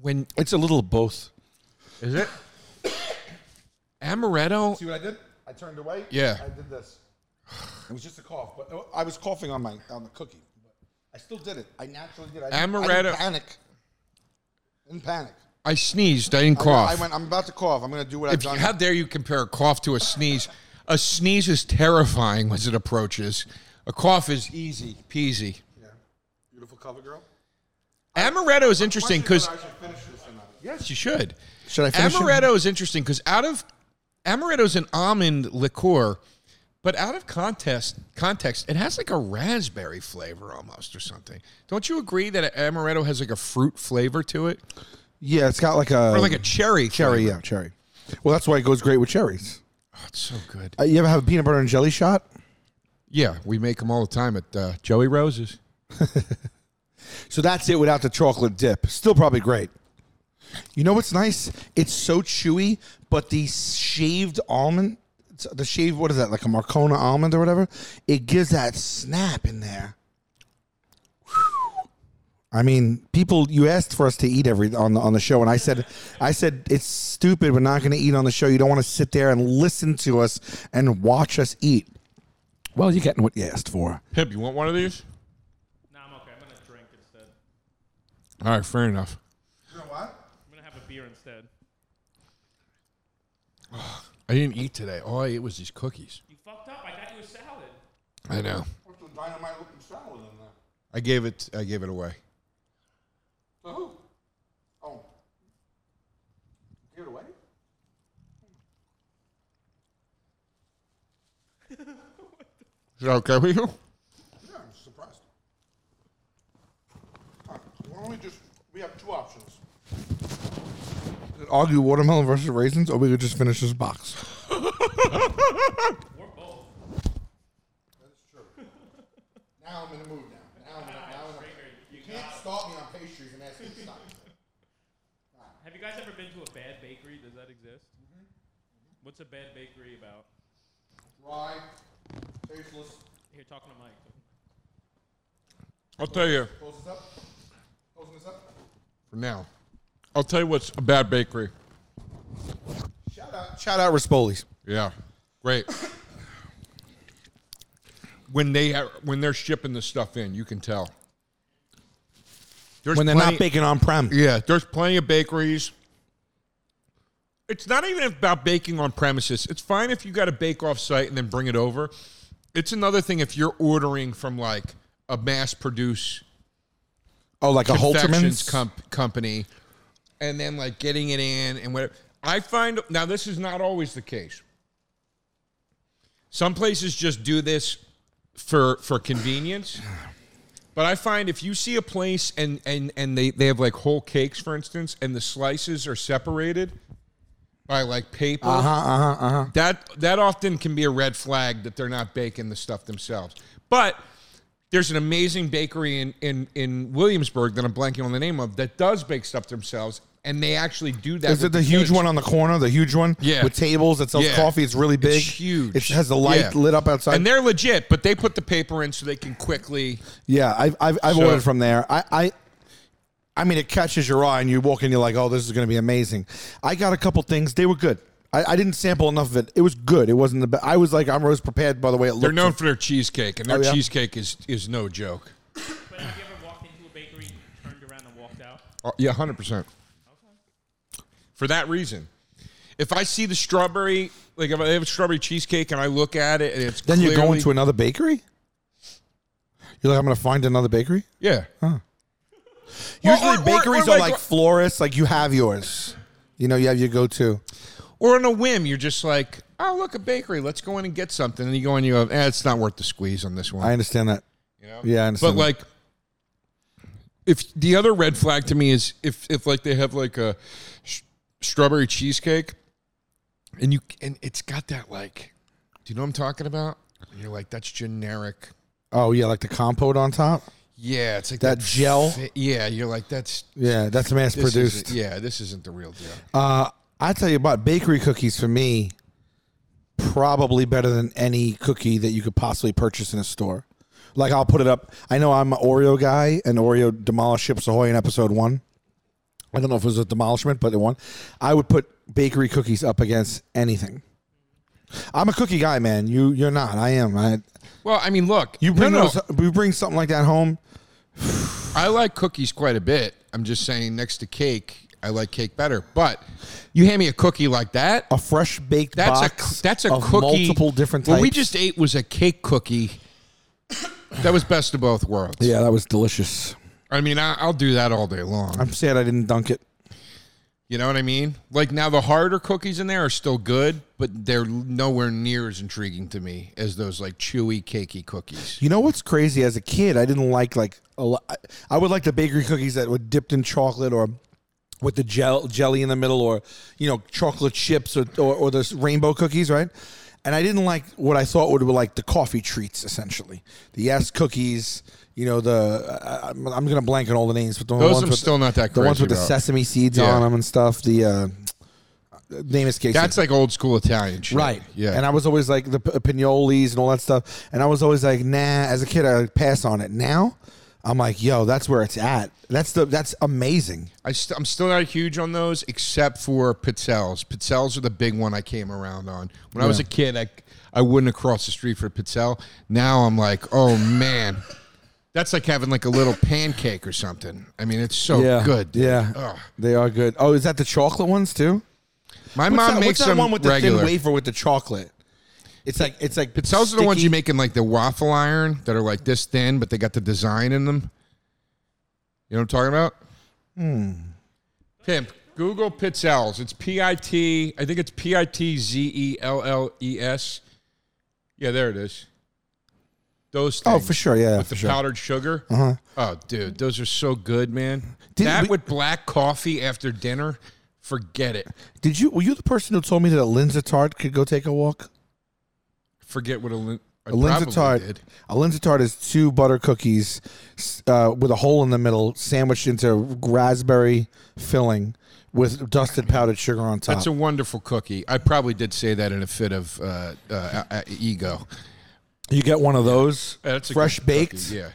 S1: when
S2: It's a little of both.
S1: is it? Amaretto.
S2: See what I did? I turned away.
S1: Yeah.
S2: I did this. It was just a cough, but uh, I was coughing on my on the cookie. But I still did it. I naturally did. I didn't- I
S1: Amaretto-
S2: didn't panic. Didn't panic.
S1: I sneezed. I didn't
S2: I-
S1: cough.
S2: I, went. I'm about to cough. I'm going to do what I've
S1: If you,
S2: done.
S1: how dare you compare a cough to a sneeze? A sneeze is terrifying as it approaches. A cough is easy peasy.
S2: Beautiful cover girl.
S1: Amaretto is interesting because
S2: I should finish this or not.
S1: yes, you should.
S2: Should I finish it?
S1: Amaretto is interesting because out of amaretto is an almond liqueur, but out of contest context, it has like a raspberry flavor almost or something. Don't you agree that amaretto has like a fruit flavor to it,
S2: Yeah, it's got like a
S1: or like a cherry?
S2: Oh, cherry.
S1: flavor?
S2: Yeah, cherry. Well, that's why it goes great with cherries.
S1: Oh, it's so good.
S2: Uh, you ever have a peanut butter and jelly shot?
S1: Yeah, we make them all the time at uh, Joey Rose's.
S2: So that's it without the chocolate dip. Still probably great. You know what's nice? It's so chewy, but the shaved almond, the shaved, what is that, like a Marcona almond or whatever? It gives that snap in there. I mean, people, you asked for us to eat every on the on the show, and I said, I said it's stupid. We're not going to eat on the show. You don't want to sit there and listen to us and watch us eat. Well, you're getting what you asked for.
S1: Pip, you want one of these?
S5: Nah, I'm okay. I'm gonna drink instead. I'm
S1: All right, fair enough.
S5: gonna have a beer instead.
S1: I didn't eat today. All I ate was these cookies.
S5: You fucked up. I got you a salad.
S1: I know. I gave it. I gave it away.
S2: Oh. Give it away?
S1: Is that okay with you?
S2: Yeah, I'm surprised. All right, why don't we just, we have two options. Argue watermelon versus raisins, or we could just finish this box.
S5: Or both.
S2: Now I'm in the mood now. Now I'm in, now I'm in, You can't stop me on pastries and ask me to stop.
S5: Have you guys ever been to a bad bakery? Does that exist?
S2: Mm-hmm.
S5: What's a bad bakery about?
S2: Rye, tasteless,
S5: Here, talking to Mike.
S1: I'll tell you
S2: close this up. Closing this up.
S1: for now. I'll tell you what's a bad bakery.
S2: Shout out, shout out Rispoli's.
S1: Yeah, great. when they are, when they're shipping the stuff in, you can tell. There's
S2: When they're not
S1: plenty-
S2: baking on prem.
S1: Yeah, there's plenty of bakeries. It's not even about baking on premises. It's fine if you got to bake off site and then bring it over. It's another thing if you're ordering from like a mass produce
S2: Oh, like a
S1: confections
S2: Holterman's?
S1: comp- company and then like getting it in and whatever. I find now this is not always the case. Some places just do this for for convenience. But I find if you see a place and and and they they have like whole cakes for instance and the slices are separated by like paper. Uh-huh, uh-huh, uh-huh. That that often can be a red flag that they're not baking the stuff themselves. But there's an amazing bakery in, in, in Williamsburg that I'm blanking on the name of that does bake stuff themselves, and they actually do that.
S2: Is it
S1: with
S2: the huge
S1: cakes.
S2: one on the corner? The huge one?
S1: Yeah.
S2: With tables that sells
S1: Yeah.
S2: coffee. It's really big.
S1: huge.
S2: It has the light
S1: Yeah.
S2: lit up outside.
S1: And they're legit, but they put the paper in so they can quickly.
S2: yeah, I've, I've, I've
S1: So-
S2: ordered from there. I, I, I mean, it catches your eye and you walk in, you're like, oh, this is going to be amazing. I got a couple things. They were good. I, I didn't sample enough of it. It was good. It wasn't the best. I was like, I'm rose prepared by the way it looked.
S1: They're known for their cheesecake, and their
S2: Oh, yeah?
S1: cheesecake is is no joke.
S5: But have you ever walked into a bakery, turned around, and walked out?
S1: Uh, yeah, hundred percent. For that reason, if I see the strawberry, like if I have a strawberry cheesecake and I look at it and it's
S2: Then you're going to
S1: clearly-
S2: another bakery? You're like, I'm going to find another bakery?
S1: yeah.
S2: Usually
S1: or- or-
S2: bakeries
S1: or
S2: are
S1: like-
S2: like florists. Like you have yours. You know, you have your go-to.
S1: Or on a whim, you're just like, oh, look, a bakery. Let's go in and get something. And you go in, you go, eh, it's not worth the squeeze on this one.
S2: I understand that.
S1: you know?
S2: Yeah, I
S1: But
S2: understand. that.
S1: like, if the other red flag to me is if if like they have like a sh- strawberry cheesecake, and you and it's got that like, do you know what I'm talking about? And you're like, that's generic.
S2: oh yeah, like the compote on top.
S1: Yeah, it's like
S2: That gel?
S1: fi- yeah, you're like that's
S2: Yeah, that's mass
S1: this
S2: produced.
S1: isn't- Yeah, this isn't the real deal.
S2: Uh, I tell you about bakery cookies for me, probably better than any cookie that you could possibly purchase in a store. Like I'll put it up. I know I'm an Oreo guy, and Oreo demolished Ships Ahoy in episode one. I don't know if it was a demolishment, but it won. I would put bakery cookies up against anything. I'm a cookie guy, man. You you're not. I am. I
S1: Well, I mean, look,
S2: you
S1: no,
S2: bring
S1: no,
S2: those, you bring something like that home.
S1: I like cookies quite a bit. I'm just saying, next to cake, I like cake better. But you hand me a cookie like that,
S2: A fresh baked
S1: That's a
S2: box.
S1: cl- that's a
S2: of
S1: cookie.
S2: Multiple different types.
S1: What we just ate was a cake cookie. That was best of both worlds.
S2: yeah, that was delicious.
S1: I mean, I, I'll do that all day long.
S2: I'm sad I didn't dunk it.
S1: you know what I mean? Like now, the harder cookies in there are still good, but they're nowhere near as intriguing to me as those like chewy, cakey cookies.
S2: You know what's crazy? As a kid, I didn't like like a lot. I would like the bakery cookies that were dipped in chocolate or with the gel jelly in the middle, or you know, chocolate chips or or, or those rainbow cookies, right? And I didn't like what I thought would be like the coffee treats, essentially the ass cookies. You know, the I, I'm, I'm gonna blank on all the names, but the
S1: Those
S2: ones
S1: I'm
S2: with
S1: still
S2: the,
S1: not that
S2: the ones
S1: crazy
S2: with the
S1: about.
S2: sesame seeds
S1: Yeah.
S2: on them and stuff. The uh, name escapes me.
S1: That's like old school Italian shit.
S2: Right.
S1: Yeah.
S2: And I was always like the p- pinolis and all that stuff. And I was always like, nah. As a kid, I would pass on it. Now, I'm like, yo, that's where it's at. That's the that's amazing.
S1: I st- I'm still not huge on those, except for Pizzelles. Pizzelles are the big one I came around on. When I was a kid, I I wouldn't have crossed the street for Pizzelle. Now I'm like, oh man, that's like having like a little pancake or something. I mean, it's so Oh, good. dude.
S2: Yeah,
S1: Ugh.
S2: they are good. Oh, is that the chocolate ones too?
S1: My
S2: What's
S1: mom
S2: that,
S1: makes
S2: what's that
S1: them
S2: one with
S1: regular.
S2: the thin wafer with the chocolate? It's like it's like
S1: Pizzelles are the ones
S2: sticky.
S1: you make in like the waffle iron that are like this thin, but they got the design in them. You know what I'm talking about? Hmm. Pimp. Google Pizzelles. It's P I T. I think it's P I T Z E L L E S. Yeah, there it is. Those.
S2: Oh,
S1: Things
S2: for sure, yeah,
S1: With
S2: for
S1: the
S2: sure.
S1: powdered sugar. Uh-huh. Oh, dude, those are so good, man.
S2: Didn't
S1: that
S2: we-
S1: with black coffee after dinner, forget it.
S2: Did you were you the person who told me that a Linza tart could go take a walk?
S1: Forget what a, lin- I
S2: A Linza
S1: probably
S2: tart.
S1: did.
S2: A Linza tart is two butter cookies s- uh, with a hole in the middle, sandwiched into raspberry filling with dusted powdered sugar on top.
S1: That's a wonderful cookie. I probably did say that in a fit of uh, uh, uh, ego.
S2: you get one of those,
S1: Uh, That's a
S2: fresh
S1: good
S2: baked,
S1: cookie, yeah.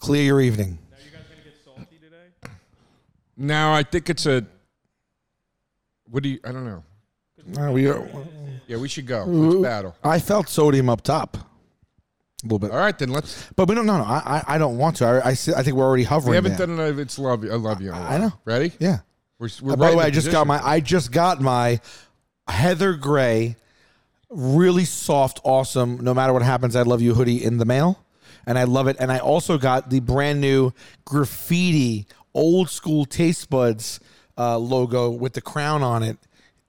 S2: clear your evening.
S5: Are you guys gonna get salty today?
S1: Now I think it's a. What do you? I don't know.
S2: Uh, we are-
S1: Yeah, we should go. Let's battle.
S2: I felt sodium up top. A little bit,
S1: All right, then let's.
S2: but we don't. No, no, I, I, I don't want to. I, I, see- I think we're already hovering.
S1: We haven't
S2: there.
S1: done enough. It's love. You, I love you. in a
S2: I- I
S1: while.
S2: know.
S1: Ready?
S2: Yeah.
S1: We're, we're
S2: Uh, by
S1: right
S2: the
S1: in
S2: way, I just got
S1: position.
S2: my. I just got my Heather Gray, really soft, awesome. No matter what happens, I love you hoodie in the mail, and I love it. And I also got the brand new graffiti, old school taste buds uh, logo with the crown on it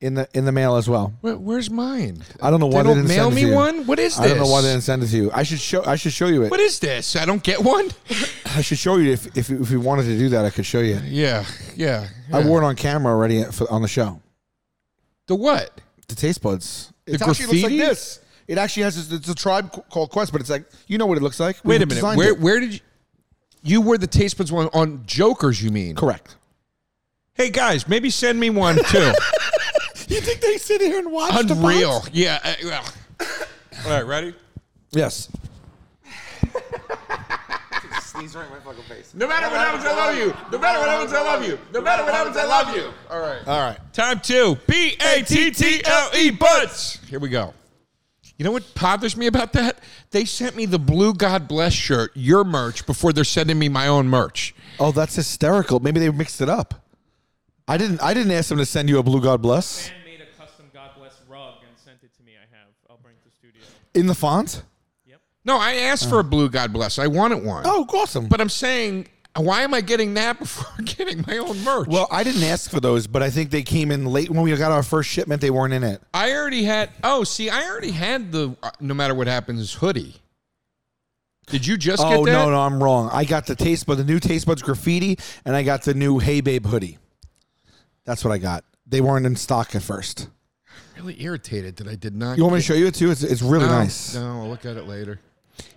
S2: in the in the mail as well.
S1: Where- where's mine?
S2: I don't know why they
S1: don't
S2: didn't
S1: mail
S2: send it
S1: me
S2: to you.
S1: one. What is this?
S2: I don't know why they didn't send it to you. I should show. I should show you it.
S1: What is this? I don't get one.
S2: I should show you if if if we wanted to do that, I could show you.
S1: yeah, yeah.
S2: I
S1: yeah.
S2: wore it on camera already for, on the show.
S1: the what?
S2: the taste buds. It
S1: graffiti?
S2: this. It actually has this, it's a tribe c- called Quest, but it's like you know what it looks like. We
S1: Wait a minute.
S2: designed
S1: Where
S2: it.
S1: where did you? You wore the taste buds one on Joker's. You mean?
S2: Correct.
S1: Hey guys, maybe send me one too.
S2: You think they sit here and watch
S1: Unreal. Yeah. uh, well. All right, ready?
S2: Yes.
S1: No matter what happens, I love you. No matter what happens, I love you. No matter what happens, I love you. All right.
S2: All right.
S1: Time two. B A T T L E butts. Here we go. You know what bothers me about that? They sent me the blue God bless shirt, your merch, before they're sending me my own merch.
S2: Oh, that's hysterical. Maybe they mixed it up. I didn't. I didn't ask them to send you a blue God bless
S5: Fan made a custom God bless rug and sent it to me. I have. I'll bring it to the studio.
S2: in the font.
S1: No, I asked for a blue God bless. I wanted one.
S2: Oh, awesome.
S1: But I'm saying Why am I getting that before I'm getting my own merch?
S2: Well, I didn't ask for those, but I think they came in late when we got our first shipment. They weren't in it.
S1: I already had. Oh, see, I already had the uh, no matter what happens hoodie. Did you just
S2: Oh
S1: get that?
S2: no, no, I'm wrong. I got the taste bud, the new taste buds graffiti, and I got the new Hey Babe hoodie. That's what I got. They weren't in stock at first.
S1: Really irritated that I did not.
S2: You want me to show you it too? It's, it's really
S1: No,
S2: nice.
S1: No, I'll look at it later.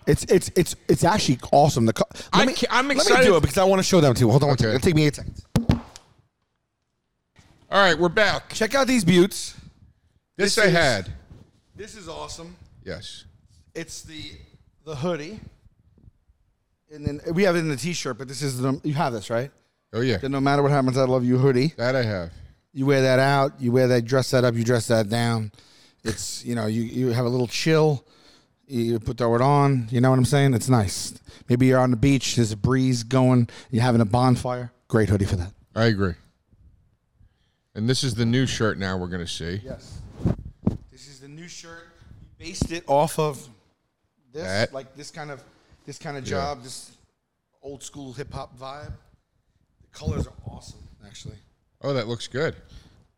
S2: It's it's it's it's actually awesome. The co- let
S1: I
S2: me,
S1: ca- I'm
S2: Let me
S1: excited-
S2: do it because I want to show them too. Hold on, one
S1: Okay.
S2: second. It'll take me eight seconds.
S1: All right, we're back.
S2: Check out these buttes.
S1: This,
S2: This
S1: I
S2: is-
S1: had.
S2: This is awesome.
S1: Yes.
S2: It's the the hoodie, and then we have it in the T-shirt. But this is the you have this right?
S1: Oh yeah.
S2: The no matter what happens, I love you hoodie.
S1: That I have.
S2: you wear that out, you wear that, dress that up, you dress that down. It's you know you you have a little chill. You put throw it on. You know what I'm saying? It's nice. Maybe you're on the beach. There's a breeze going. You're having a bonfire. Great hoodie for that.
S1: I agree. And this is the new shirt now we're going to see.
S2: Yes. This is the new shirt. You based it off of this,
S1: That.
S2: like this kind of this kind of
S1: Yeah.
S2: job, this old school hip hop vibe. The colors are awesome, actually.
S1: Oh, that looks good.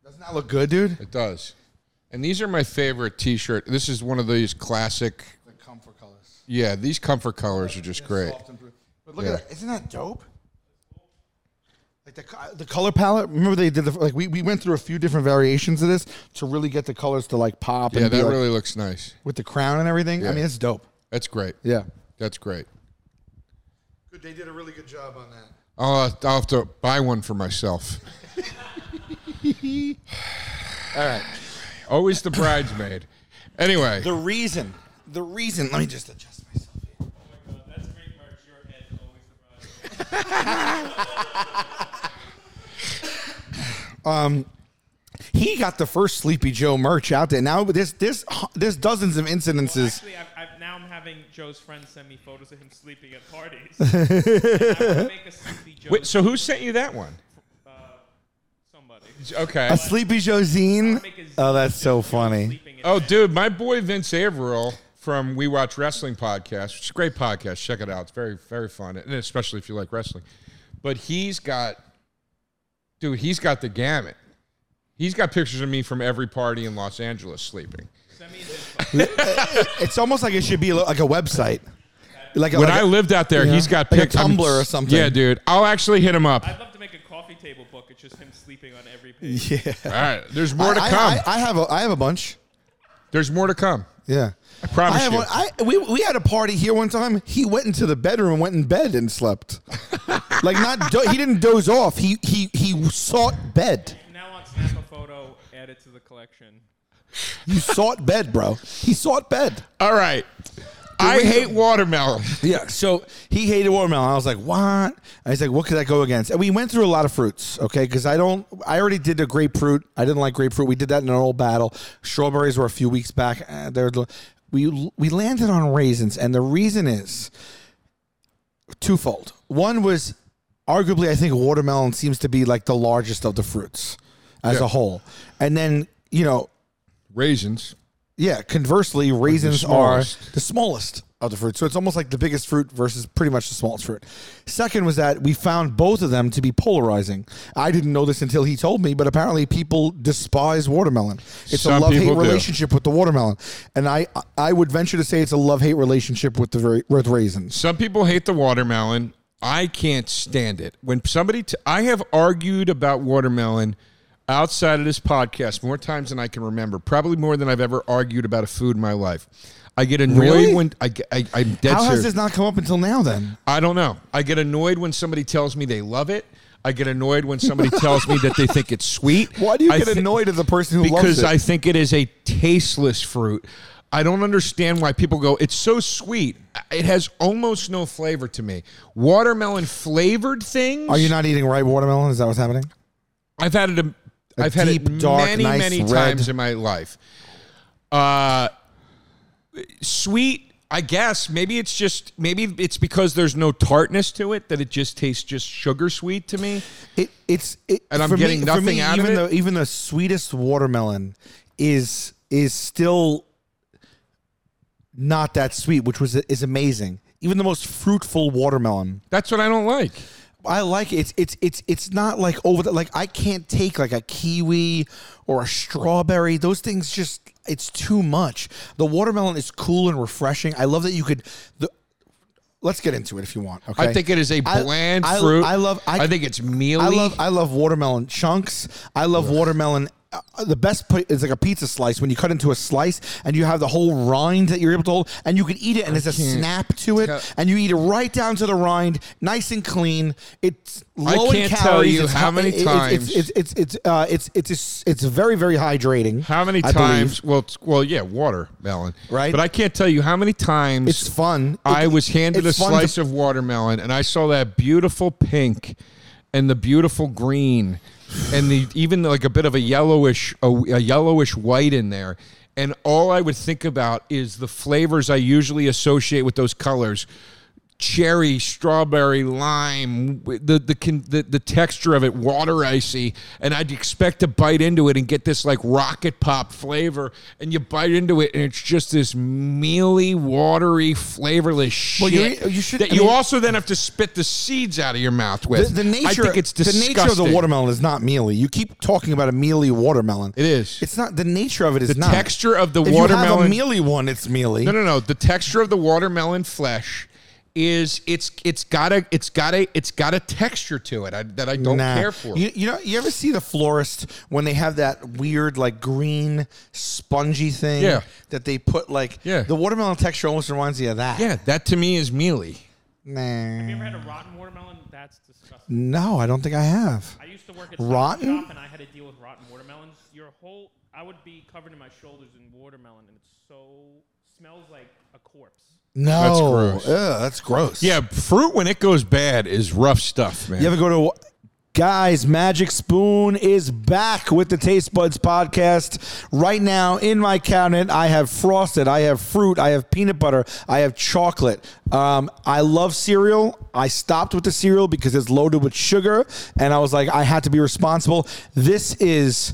S2: Doesn't that look good, dude?
S1: It does. And these are my favorite t-shirt. This is one of these classic.
S2: The comfort colors.
S1: Yeah, these comfort colors are just great.
S2: Soft and blue. But look
S1: Yeah.
S2: at that! Isn't that dope? Like the, co- the color palette. Remember they did the like we, we went through a few different variations of this to really get the colors to like pop.
S1: Yeah,
S2: and be
S1: that
S2: like-
S1: really looks nice.
S2: with the crown and everything.
S1: Yeah.
S2: I mean, it's dope.
S1: That's great.
S2: Yeah.
S1: That's great.
S2: Good. They did a really good job on that.
S1: I'll, uh, I'll have to buy one for myself.
S2: All right.
S1: Always the bridesmaid. Anyway,
S2: The reason. The reason. Let me just adjust myself. Here.
S5: Oh my God, that's great merch. Your head always surprises.
S2: He got the first Sleepy Joe merch out there. Now there's this there's dozens of incidences.
S5: Actually, I've, I've, now I'm having Joe's friends send me photos of him sleeping at parties. And I wanna make a sleepy Joe.
S1: wait, so who sent you that one?
S5: uh, somebody.
S1: Okay.
S2: a Sleepy Joe zine.
S5: Make a
S2: Oh, that's so funny.
S5: sleeping.
S1: Oh, dude, my boy Vince Averill from We Watch Wrestling podcast, which is a great podcast. Check it out. It's very, very fun, and especially if you like wrestling. But he's got, dude, he's got the gamut. He's got pictures of me from every party in Los Angeles sleeping.
S5: Send me his
S2: It's almost like it should be like a website. Like a,
S1: When
S2: like
S1: I
S2: a-
S1: lived out there,
S2: Yeah.
S1: he's got
S2: Like a
S1: pic- I'm-
S2: Tumblr or something.
S1: Yeah, dude, I'll actually hit him up. All
S5: I'd love to make a coffee table book. It's just him sleeping on every page.
S1: right, there's more to
S2: I-
S1: come.
S2: I, I have a I have a bunch.
S1: there's more to come.
S2: Yeah.
S1: I promise
S2: I have
S1: you.
S2: one, I we we had a party here one time. He went into the bedroom and went in bed and slept. like not do, he didn't doze off. He he he sought bed.
S5: Now on Snap a photo, add it to the collection.
S2: You sought bed, bro. He sought bed.
S1: All right. I hate watermelon.
S2: Yeah. So he hated watermelon. I was like, what? I was like, what could that go against? And we went through a lot of fruits, okay? Because I don't, I already did the grapefruit. I didn't like grapefruit. We did that in an old battle. Strawberries were a few weeks back. Eh, they're, we, we landed on raisins. And the reason is twofold. One was arguably, I think watermelon seems to be like the largest of the fruits as
S1: Yeah.
S2: a whole. And then, you know,
S1: Raisins.
S2: yeah, conversely, raisins are
S1: smallest.
S2: the smallest of the fruit. So it's almost like the biggest fruit versus pretty much the smallest fruit. Second was that we found both of them to be polarizing. I didn't know this until he told me, but apparently people despise watermelon. It's
S1: Some
S2: a love-hate
S1: people do.
S2: relationship with the watermelon. And I I would venture to say it's a love-hate relationship with the very, with raisins.
S1: Some people hate the watermelon. I can't stand it. When somebody, t- I have argued about watermelon outside of this podcast more times than I can remember. Probably more than I've ever argued about a food in my life. I get annoyed
S2: Really?
S1: when I, get- I am dead
S2: How has
S1: serious.
S2: this not come up until now then?
S1: I don't know. I get annoyed when somebody tells me they love it. I get annoyed when somebody tells me that they think it's sweet.
S2: Why do you
S1: I
S2: get
S1: thi-
S2: annoyed at the person who
S1: because
S2: loves it?
S1: I think it is a tasteless fruit. I don't understand why people go, it's so sweet. It has almost no flavor to me. Watermelon flavored things.
S2: Are you not eating ripe watermelon? Is that what's happening?
S1: I've had it. A,
S2: A
S1: I've had it
S2: deep, dark,
S1: many,
S2: nice
S1: many
S2: red.
S1: times in my life. Uh, sweet. I guess maybe it's just maybe it's because there's no tartness to it that it just tastes just sugar sweet to me.
S2: It, it's it,
S1: And I'm
S2: for me-
S1: getting
S2: for
S1: nothing
S2: me,
S1: out of
S2: even
S1: it?
S2: The, even the sweetest watermelon is is still not that sweet, which was is amazing. Even the most fruitful watermelon.
S1: That's what I don't like.
S2: I like it. It's it's it's it's not like over the, like I can't take like a kiwi or a strawberry. Those things just it's too much. The watermelon is cool and refreshing. I love that you could. The, let's get into it if you want. Okay.
S9: I think it is a
S2: I-
S9: bland
S2: I-
S9: fruit.
S2: I love- I-
S9: I, think it's mealy.
S2: I love I love watermelon chunks. I love watermelon. Uh, the best pi- is like a pizza slice when you cut into a slice and you have the whole rind that you're able to hold, and you can eat it, and there's a snap to it,
S9: tell-
S2: and you eat it right down to the rind, nice and clean. It's
S9: I
S2: low in
S9: can't
S2: calories.
S9: tell you
S2: it's
S9: how
S2: hot-
S9: many
S2: it- it's-
S9: times-
S2: it's it's it's it's, uh, it's it's it's it's very very hydrating.
S1: How many
S2: I believe.
S1: times? Well, it's- well, yeah, watermelon,
S2: Right.
S1: But I can't tell you how many times
S2: It's fun.
S1: I
S2: It-
S1: was handed a
S2: it's fun to-
S1: slice of watermelon, and I saw that beautiful pink, and the beautiful green, and the even like a bit of a yellowish, a, a yellowish white in there. And all I would think about is the flavors I usually associate with those colors: cherry, strawberry, lime. w- The the con- the, the texture of it, water icy. And I'd expect to bite into it and get this like rocket pop flavor. And you bite into it, and it's just this mealy, watery, flavorless
S2: Well, you-
S1: shit
S2: you should-
S1: that
S2: I
S1: you
S2: mean-
S1: also then have to spit the seeds out of your mouth
S2: The,
S1: with.
S2: the nature,
S1: I think it's disgusting.
S2: the nature of the watermelon is not mealy. You keep talking about a mealy watermelon.
S1: It is.
S2: It's not the nature of it is
S1: The
S2: not
S1: texture of the
S2: If You have a
S1: watermelon-
S2: mealy one, it's mealy.
S1: No, no, no. The texture of the watermelon flesh is it's it's got a it's got a it's got a texture to it I, that I don't
S2: Nah.
S1: care for.
S2: You, you know, you ever see the florist when they have that weird like green spongy thing?
S1: Yeah.
S2: That they put like
S1: Yeah.
S2: The watermelon texture almost reminds you of that.
S1: yeah, that to me is mealy.
S5: Have you
S2: Nah.
S5: ever had a rotten watermelon? That's disgusting.
S2: No, I don't think I have.
S5: I used to work at a
S2: Rotten?
S5: shop and I had to deal with rotten watermelons. Your whole I would be covered in my shoulders in watermelon and it's so smells like a corpse.
S2: No.
S1: gross.
S2: Ugh, that's gross.
S1: Yeah, fruit when it goes bad is rough stuff, man.
S2: You ever go to Guys, Magic Spoon is back with the Taste Buds podcast. Right now in my cabinet, I have frosted, I have fruit, I have peanut butter, I have chocolate. Um, I love cereal. I stopped with the cereal because it's loaded with sugar, and I was like, I had to be responsible. This is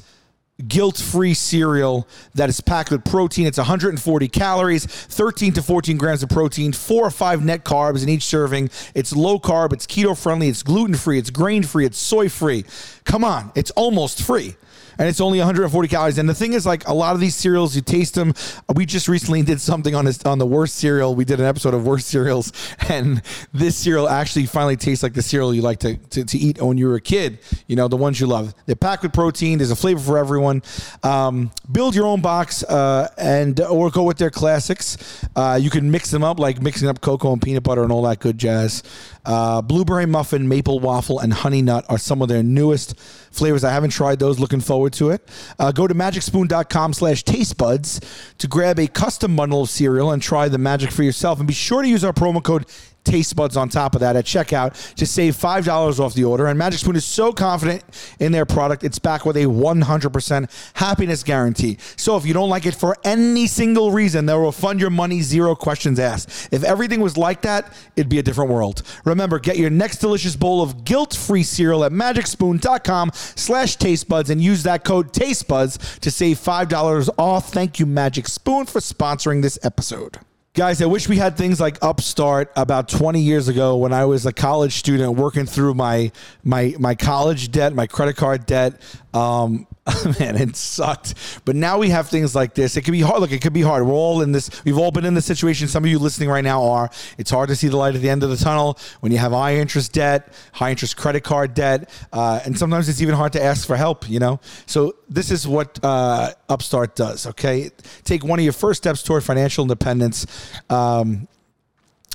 S2: guilt-free cereal that is packed with protein. It's 140 calories, 13 to 14 grams of protein, four or five net carbs in each serving. It's low carb, it's keto-friendly, it's gluten-free, it's grain-free, it's soy-free. Come on, it's almost free. And it's only 140 calories. And the thing is, like a lot of these cereals, you taste them. We just recently did something on this on the worst cereal. We did an episode of worst cereals, and this cereal actually finally tastes like the cereal you like to, to, to eat when you were a kid. You know, the ones you love. They're packed with protein. There's a flavor for everyone. Um, build your own box uh, and or go with their classics. Uh, you can mix them up like mixing up cocoa and peanut butter and all that good jazz. Uh, blueberry muffin, maple waffle, and honey nut are some of their newest flavors. I haven't tried those. Looking forward to it. Uh, go to magicspoon.com slash tastebuds to grab a custom bundle of cereal and try the magic for yourself. And be sure to use our promo code tastebuds on top of that at checkout to save $5 off the order. And Magic Spoon is so confident in their product, it's back with a 100% happiness guarantee. So if you don't like it for any single reason, they will refund your money, zero questions asked. If everything was like that, it'd be a different world. Remember, get your next delicious bowl of guilt-free cereal at magicspoon.com slash tastebuds and use that code tastebuds to save $5 off. Thank you, Magic Spoon, for sponsoring this episode. Guys, I wish we had things like Upstart about 20 years ago when I was a college student working through my my my college debt, my credit card debt. Um, man, it sucked. But now we have things like this. It could be hard. Look, it could be hard. We're all in this. We've all been in this situation. Some of you listening right now are. It's hard to see the light at the end of the tunnel when you have high interest debt, high interest credit card debt, uh, and sometimes it's even hard to ask for help. You know. So this is what uh, Upstart does. Okay, take one of your first steps toward financial independence. Um,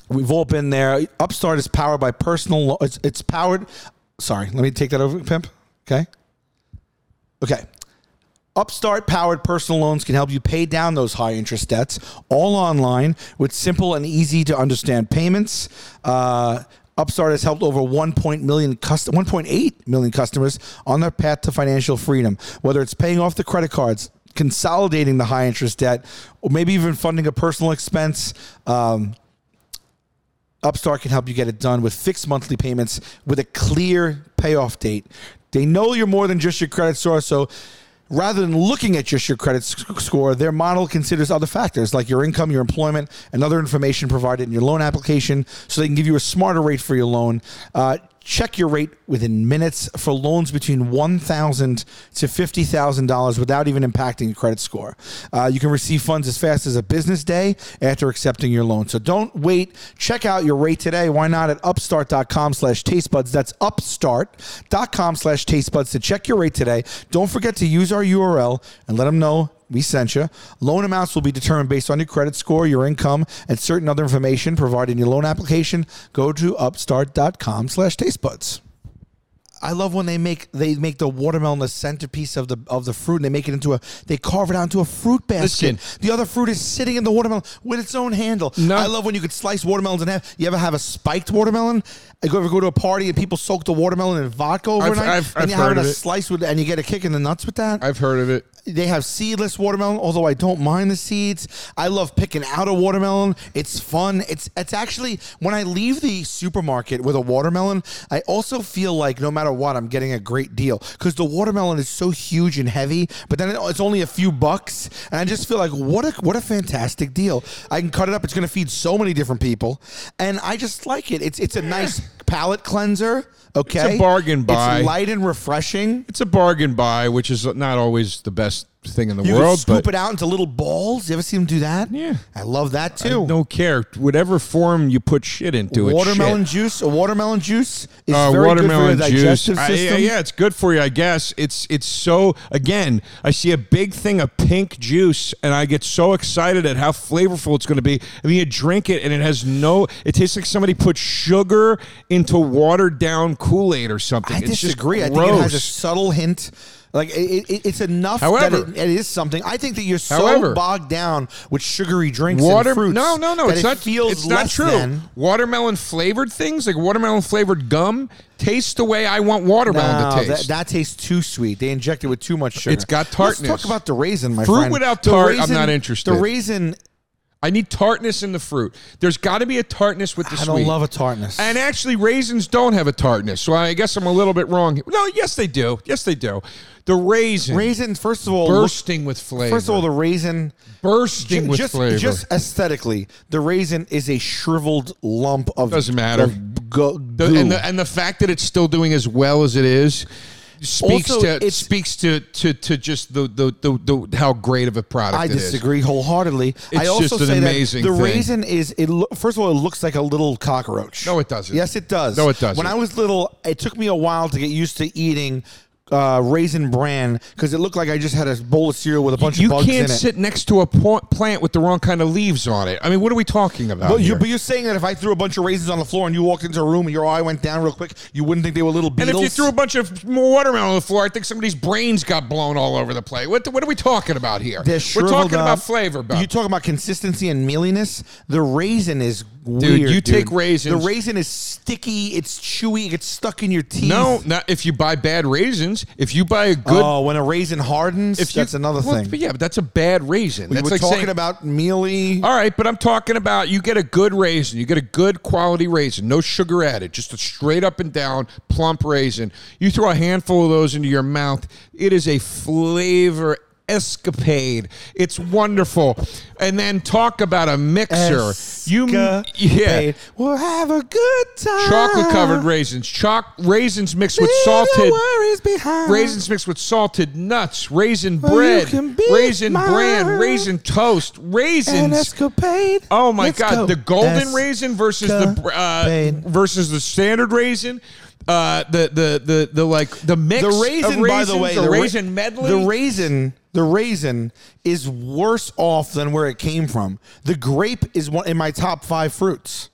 S2: we've all been there. Upstart is powered by personal. Lo- it's, it's powered. Sorry, let me take that over, pimp. Okay. Okay. Upstart powered personal loans can help you pay down those high interest debts all online with simple and easy to understand payments. Uh, Upstart has helped over 1.8 million, cust- 1.8 million customers on their path to financial freedom, whether it's paying off the credit cards, consolidating the high interest debt, or maybe even funding a personal expense. Um, Upstart can help you get it done with fixed monthly payments with a clear payoff date. They know you're more than just your credit score, so rather than looking at just your credit sc- score, their model considers other factors like your income, your employment, and other information provided in your loan application, so they can give you a smarter rate for your loan. Uh, Check your rate within minutes for loans between $1,000 to $50,000 without even impacting your credit score. Uh, you can receive funds as fast as a business day after accepting your loan. So don't wait. Check out your rate today. Why not at upstart.com slash tastebuds? That's upstart.com slash tastebuds to check your rate today. Don't forget to use our URL and let them know we sent you. Loan amounts will be determined based on your credit score, your income, and certain other information provided in your loan application. Go to upstart.com slash tastebuds. I love when they make they make the watermelon the centerpiece of the of the fruit and they make it into a they carve it out into a fruit basket.
S1: Listen.
S2: The other fruit is sitting in the watermelon with its own handle.
S1: No.
S2: I love when you could slice watermelons in half. You ever have a spiked watermelon? You ever go to a party and people soak the watermelon in vodka overnight
S1: I've- I've
S2: and you're
S1: heard
S2: having a
S1: of it.
S2: slice with and you get a kick in the nuts with that?
S1: I've heard of it.
S2: They have seedless watermelon, although I don't mind the seeds. I love picking out a watermelon. It's fun. It's it's actually when I leave the supermarket with a watermelon, I also feel like no matter what, I'm getting a great deal because the watermelon is so huge and heavy. But then it- it's only a few bucks, and I just feel like what a what a fantastic deal. I can cut it up. It's going to feed so many different people, and I just like it. It's it's a nice palate cleanser. Okay,
S1: bargain buy.
S2: It's light and refreshing.
S1: It's a bargain buy, which is not always the best thing in the
S2: You can
S1: world.
S2: scoop
S1: but
S2: it out into little balls. You ever see them do that?
S1: Yeah.
S2: I love that
S1: I
S2: too.
S1: don't care. Whatever form you put shit into it,
S2: watermelon
S1: shit.
S2: juice. A watermelon juice is
S1: Uh,
S2: very
S1: watermelon
S2: good for your
S1: juice.
S2: digestive
S1: I-
S2: system.
S1: yeah, yeah, it's good for you, I guess. It's it's so again. I see a big thing of pink juice, and I get so excited at how flavorful it's going to be. I mean, you drink it, and it has no. It tastes like somebody put sugar into watered down Kool Aid or something.
S2: I
S1: it's
S2: disagree. I
S1: Just
S2: think it has a
S1: gross.
S2: subtle hint. Like it, it, it's enough
S1: However-
S2: that it, it is something. I think that you're so
S1: However-
S2: bogged down with sugary drinks
S1: Water,
S2: and fruits.
S1: no, no, no.
S2: that
S1: It's
S2: it
S1: not.
S2: Feels
S1: it's not
S2: less
S1: true.
S2: than-
S1: Watermelon flavored things, like watermelon flavored gum, tastes the way I want watermelon
S2: No,
S1: to taste.
S2: That, that tastes too sweet. They inject it with too much sugar.
S1: It's got tartness.
S2: Let's talk about the raisin, my
S1: Fruit
S2: friend.
S1: without
S2: The
S1: tart, I'm not interested.
S2: The raisin,
S1: I need tartness in the fruit. There's got to be a tartness with the
S2: I
S1: sweet.
S2: don't love a tartness.
S1: And actually, raisins don't have a tartness, so I guess I'm a little bit wrong. No, yes, they do. Yes, they do. The raisin,
S2: raisin, first of all, look-
S1: bursting with flavor.
S2: First of all, the raisin
S1: bursting
S2: ju-
S1: with
S2: just,
S1: flavor.
S2: just aesthetically, the raisin is a shriveled lump of
S1: Doesn't matter.
S2: of go-
S1: The-
S2: goo.
S1: and, the, and the fact that it's still doing as well as it is speaks
S2: Also,
S1: to
S2: it's-
S1: speaks to to, to just the, the, the, the how great of a product.
S2: I
S1: it is.
S2: disagree wholeheartedly. I
S1: It's
S2: also
S1: just an
S2: say that
S1: amazing
S2: the
S1: thing.
S2: raisin is it. Lo- first of all, it looks like a little cockroach.
S1: No, it doesn't.
S2: Yes, it does.
S1: No, it doesn't.
S2: When I was little, it took me a while to get used to eating. Uh, raisin bran because it looked like I just had a bowl of cereal with a bunch
S1: You
S2: of bugs in it.
S1: can't sit next to a po- plant with the wrong kind of leaves on it. I mean, what are we talking about?
S2: But, you,
S1: here?
S2: but you're saying that if I threw a bunch of raisins on the floor and you walked into a room and your eye went down real quick, you wouldn't think they were little
S1: And
S2: beetles.
S1: if you threw a bunch of watermelon on the floor, I think somebody's brains got blown all over the place. What, what are we talking about here?
S2: They're
S1: We're
S2: shriveled
S1: talking
S2: up.
S1: about flavor, bud.
S2: You talking about consistency and mealiness? The raisin is weird.
S1: you take
S2: dude.
S1: raisins-
S2: The raisin is sticky. It's chewy. It gets stuck in your teeth.
S1: no, not if you buy bad raisins. If you buy a good,
S2: Oh, when a raisin hardens,
S1: if you-
S2: that's another
S1: Well,
S2: thing.
S1: But yeah, but that's a bad raisin.
S2: we
S1: that's
S2: were
S1: like
S2: talking
S1: saying, Uh,
S2: about mealy.
S1: All right, but I'm talking about you get a good raisin. You get a good quality raisin, no sugar added, just a straight up and down plump raisin. You throw a handful of those into your mouth, it is a flavor escapade. It's wonderful. And then talk about a mixer. You m- yeah.
S2: Escapade. We'll have a good time.
S1: Chocolate covered raisins, choc raisins mixed with
S2: Leave
S1: salted
S2: your worries behind.
S1: raisins mixed with salted nuts, raisin
S2: you
S1: bread,
S2: can be
S1: raisin
S2: mine.
S1: bran, raisin toast,
S2: An
S1: raisins.
S2: escapade.
S1: Oh my
S2: Let's
S1: God!
S2: go.
S1: The golden
S2: Es-
S1: raisin versus the br- uh,
S2: escapade.
S1: versus the standard raisin. Uh, the, the the the like the mix.
S2: The
S1: of
S2: raisin, by the
S1: raisins,
S2: way,
S1: the,
S2: ra-
S1: raisin medley.
S2: The raisin, the raisin is worse off than where it came from. The grape is one in my top five fruits.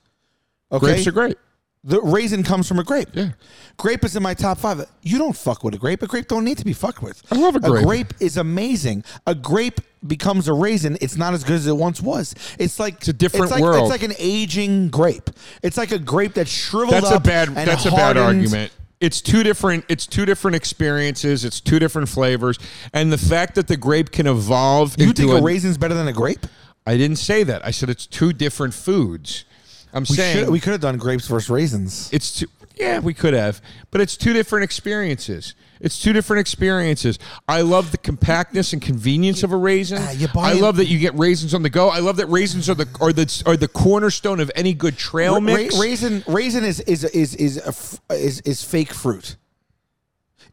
S2: Okay,
S1: grapes are great.
S2: The raisin comes from a grape.
S1: Yeah.
S2: grape is in my top five. You don't fuck with a grape. A grape don't need to be fucked with.
S1: I love a grape.
S2: A grape is amazing. A grape becomes a raisin. It's not as good as it once was. It's like it's
S1: a different
S2: like,
S1: world.
S2: It's like an aging grape. It's like a grape that shriveled
S1: That's a
S2: up.
S1: bad.
S2: and
S1: That's a bad
S2: hardened.
S1: argument. It's two different. It's two different experiences. It's two different flavors, and the fact that the grape can evolve
S2: You
S1: into
S2: think a
S1: a-
S2: raisin's better than a grape?
S1: I didn't say that. I said it's two different foods. I'm
S2: We
S1: saying
S2: should, we could have done grapes versus raisins.
S1: it's two. Yeah, we could have, but it's two different experiences. It's two different experiences. I love the compactness and convenience of a raisin.
S2: Ah, you buy
S1: I
S2: it-
S1: love that you get raisins on the go. I love that raisins are the are the are the cornerstone of any good trail
S2: Ra- ra-
S1: mix.
S2: raisin raisin is is is is, a f- is is fake fruit.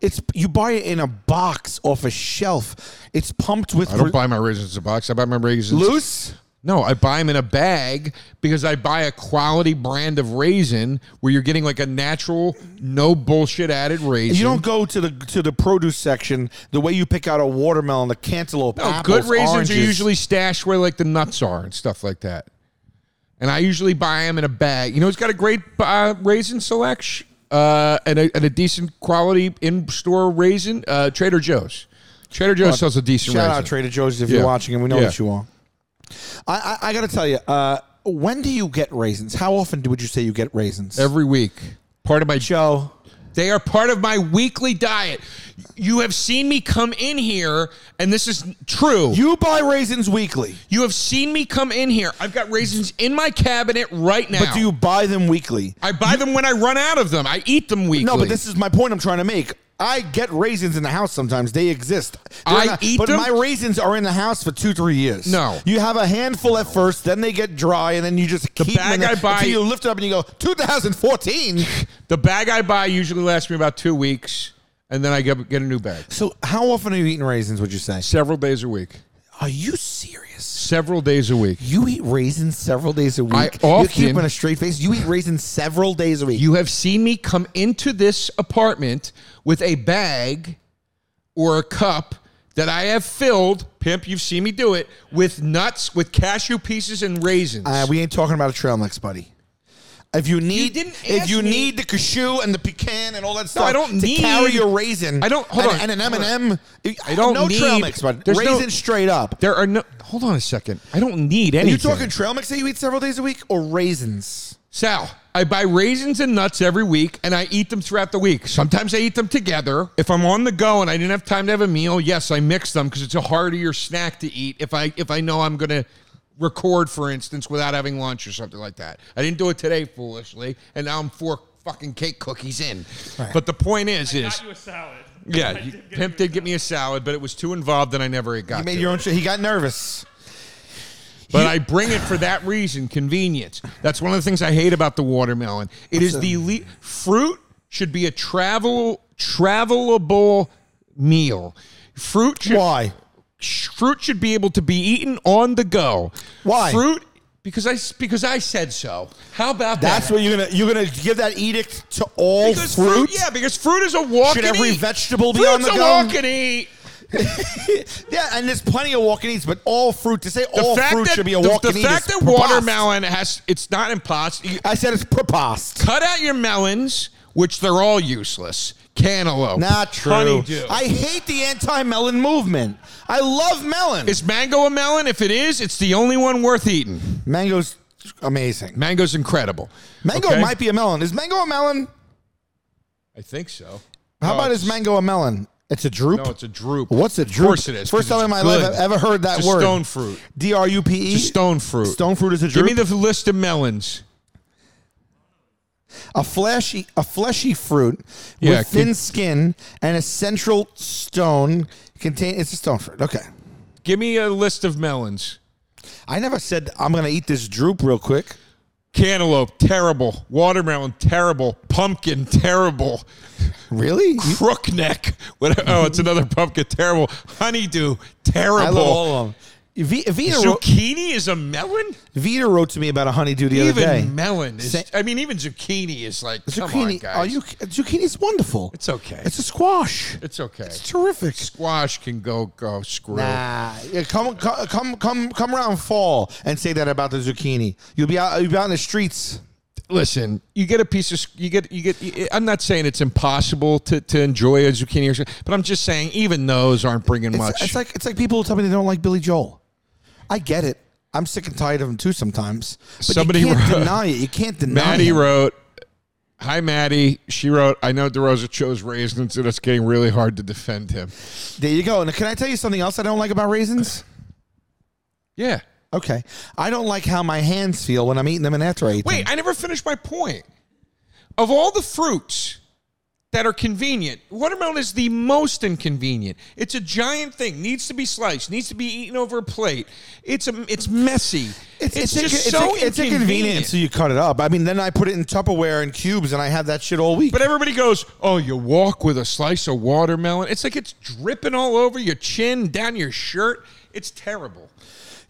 S2: It's you buy it in a box off a shelf. It's pumped with
S1: I don't
S2: ra-
S1: buy my raisins in a box. I buy my raisins
S2: loose.
S1: No, I buy them in a bag because I buy a quality brand of raisin where you're getting like a natural, no bullshit added raisin.
S2: You don't go to the to the produce section the way you pick out a watermelon, the cantaloupe,
S1: No,
S2: apples,
S1: Oh, good raisins
S2: oranges.
S1: are usually stashed where like the nuts are and stuff like that. And I usually buy them in a bag. You know, it's got a great uh, raisin selection uh, and, a, and a decent quality in store raisin. Uh, Trader Joe's. Trader Joe's sells a decent
S2: Oh, Shout
S1: raisin.
S2: out Trader Joe's if
S1: Yeah.
S2: you're watching, and we know
S1: Yeah.
S2: that you are. I, I, I got to tell you, uh, when do you get raisins? How often do- would you say you get raisins?
S1: Every week. Part of my
S2: Joe,
S1: They are part of my weekly diet. You have seen me come in here, and this is true. You,
S2: you buy raisins weekly,
S1: have seen me come in here. I've got raisins in my cabinet right now.
S2: but do you buy them weekly?
S1: I buy them when I run out of them. I eat them weekly.
S2: No, but this is my point I'm trying to make. I get raisins in the house sometimes. They exist. They're
S1: I
S2: not-
S1: eat
S2: but
S1: them?
S2: my raisins are in the house for two, three years.
S1: No.
S2: You have a handful at first, then they get dry, and then you just
S1: bag
S2: keep them in there
S1: I buy-
S2: until you lift it up and you go, 2014?
S1: the bag I buy usually lasts me about two weeks, and then I get, get a new bag.
S2: so how often are you eating raisins, would you say?
S1: Several days a week.
S2: Are you serious?
S1: Several days a week.
S2: You eat raisins several days a week.
S1: I
S2: You're
S1: often-
S2: keeping a straight face. You eat raisins several days a week.
S1: You have seen me come into this apartment with a bag or a cup that I have filled, pimp, you've seen me do it, with nuts, with cashew pieces and raisins.
S2: Uh, we ain't talking about a trail mix, buddy. If you need,
S1: didn't
S2: if
S1: ask
S2: you
S1: me-
S2: need the cashew and the pecan and all that stuff,
S1: I don't
S2: to
S1: need-
S2: carry your raisin.
S1: I don't- hold
S2: and,
S1: on,
S2: and an M
S1: hold
S2: and
S1: on.
S2: m I
S1: don't
S2: no trail
S1: need-
S2: mix, but
S1: there's no-
S2: raisin straight up.
S1: there are no Hold on a second. I don't need
S2: Are
S1: anything.
S2: you talking trail mix that you eat several days a week or raisins?
S1: Sal, I buy raisins and nuts every week and I eat them throughout the week. Sometimes I eat them together. If I'm on the go and I didn't have time to have a meal, yes, I mix them because it's a heartier snack to eat if I if I know I'm going to record for instance without having lunch or something like that. I didn't do it today foolishly and now I'm four fucking cake cookies in. But the point is is
S5: Got you a salad.
S1: yeah,
S5: I
S1: you-
S5: did get
S1: Pimp
S5: you a
S1: did get me a salad, but it was too involved and I never got
S2: You
S1: to
S2: made
S1: it.
S2: your own. shit. He got nervous.
S1: But I bring it for that reason, convenience. That's one of the things I hate about the watermelon. It is the le- fruit should be a travel travelable meal. Fruit should,
S2: Why?
S1: sh- fruit should be able to be eaten on the go.
S2: Why?
S1: Fruit because I s- because I said so. How about
S2: That's
S1: that?
S2: what you're gonna you're gonna give that edict to all
S1: because
S2: fruit.
S1: Yeah, because fruit is a walk.
S2: Should
S1: and
S2: every
S1: eat.
S2: vegetable be
S1: Fruit's
S2: on the
S1: a
S2: go?
S1: walk and eat.
S2: Yeah, and there's plenty of walk and eats, but all fruit to say
S1: The
S2: all
S1: fact
S2: fruit
S1: that
S2: should be a
S1: the-
S2: walk
S1: the,
S2: and eat.
S1: fact
S2: is
S1: that
S2: preposterous.
S1: watermelon has it's not impossible.
S2: I said it's preposterous.
S1: Cut out your melons, which they're all useless. Cantaloupe.
S2: Not true.
S1: Honeydew.
S2: I hate the anti-melon movement. I love melon.
S1: is mango a melon? If it is, it's the only one worth eating.
S2: mango's amazing.
S1: Mango's incredible.
S2: Mango
S1: Okay?
S2: might be a melon. Is mango a melon?
S1: I think so.
S2: How
S1: No,
S2: about
S1: it's-
S2: is mango a melon? It's a droop.
S1: No, it's a droop.
S2: What's a
S1: Of
S2: droop?
S1: course it is.
S2: First
S1: 'cause
S2: time in
S1: it's
S2: my
S1: good.
S2: life I've ever heard that
S1: It's a
S2: word.
S1: stone fruit.
S2: D R U P E.
S1: It's a stone fruit.
S2: Stone fruit is a
S1: Give
S2: droop.
S1: me the list of melons.
S2: a flashy, a fleshy fruit
S1: Yeah,
S2: with thin
S1: can-
S2: skin and a central stone. Contain. It's a stone fruit. Okay.
S1: Give me a list of melons.
S2: I never said I'm gonna eat this droop real quick.
S1: Cantaloupe, terrible. Watermelon, terrible. Pumpkin, terrible.
S2: Really? You-
S1: Crookneck, whatever. Oh, it's another pumpkin, terrible. Honeydew, terrible.
S2: I love all of them. V- Vita, Ro-
S1: Zucchini is a melon?
S2: Vita wrote to me about a honeydew the
S1: Even
S2: other day.
S1: melon is.
S2: Sa-
S1: I mean, even zucchini is like. Come on,
S2: zucchini.
S1: guys.
S2: Are you? Zucchini is wonderful.
S1: It's okay.
S2: It's a squash.
S1: It's okay.
S2: It's terrific.
S1: Squash can go go screw.
S2: Nah, yeah, come co- come come come around fall and say that about the zucchini. You'll be out. You'll be out in the streets.
S1: Listen, you get a piece of you get you get. I'm not saying it's impossible to, to enjoy a zucchini, or, something, but I'm just saying even those aren't bringing
S2: It's,
S1: much.
S2: it's like it's like people who tell me they don't like Billy Joel. I get it. I'm sick and tired of him too sometimes. But
S1: Somebody
S2: you can't
S1: wrote-
S2: deny it. You can't deny
S1: Maddie
S2: it.
S1: wrote, "Hi, Maddie." She wrote, "I know DeRosa chose raisins, and it's getting really hard to defend him."
S2: There you go. And can I tell you something else I don't like about raisins?
S1: Yeah.
S2: Okay, I don't like how my hands feel when I'm eating them and after I eat them.
S1: Wait, I never finished my point. of all the fruits that are convenient, watermelon is the most inconvenient. It's a giant thing. Needs to be sliced. Needs to be eaten over a plate. It's a, it's messy. It's, just
S2: inco-
S1: so
S2: it's
S1: inconvenient.
S2: inconvenient, so you cut it up. I mean, then I put it in Tupperware and cubes, and I had that shit all week.
S1: But everybody goes, oh, you walk with a slice of watermelon. It's like it's dripping all over your chin, down your shirt. It's terrible.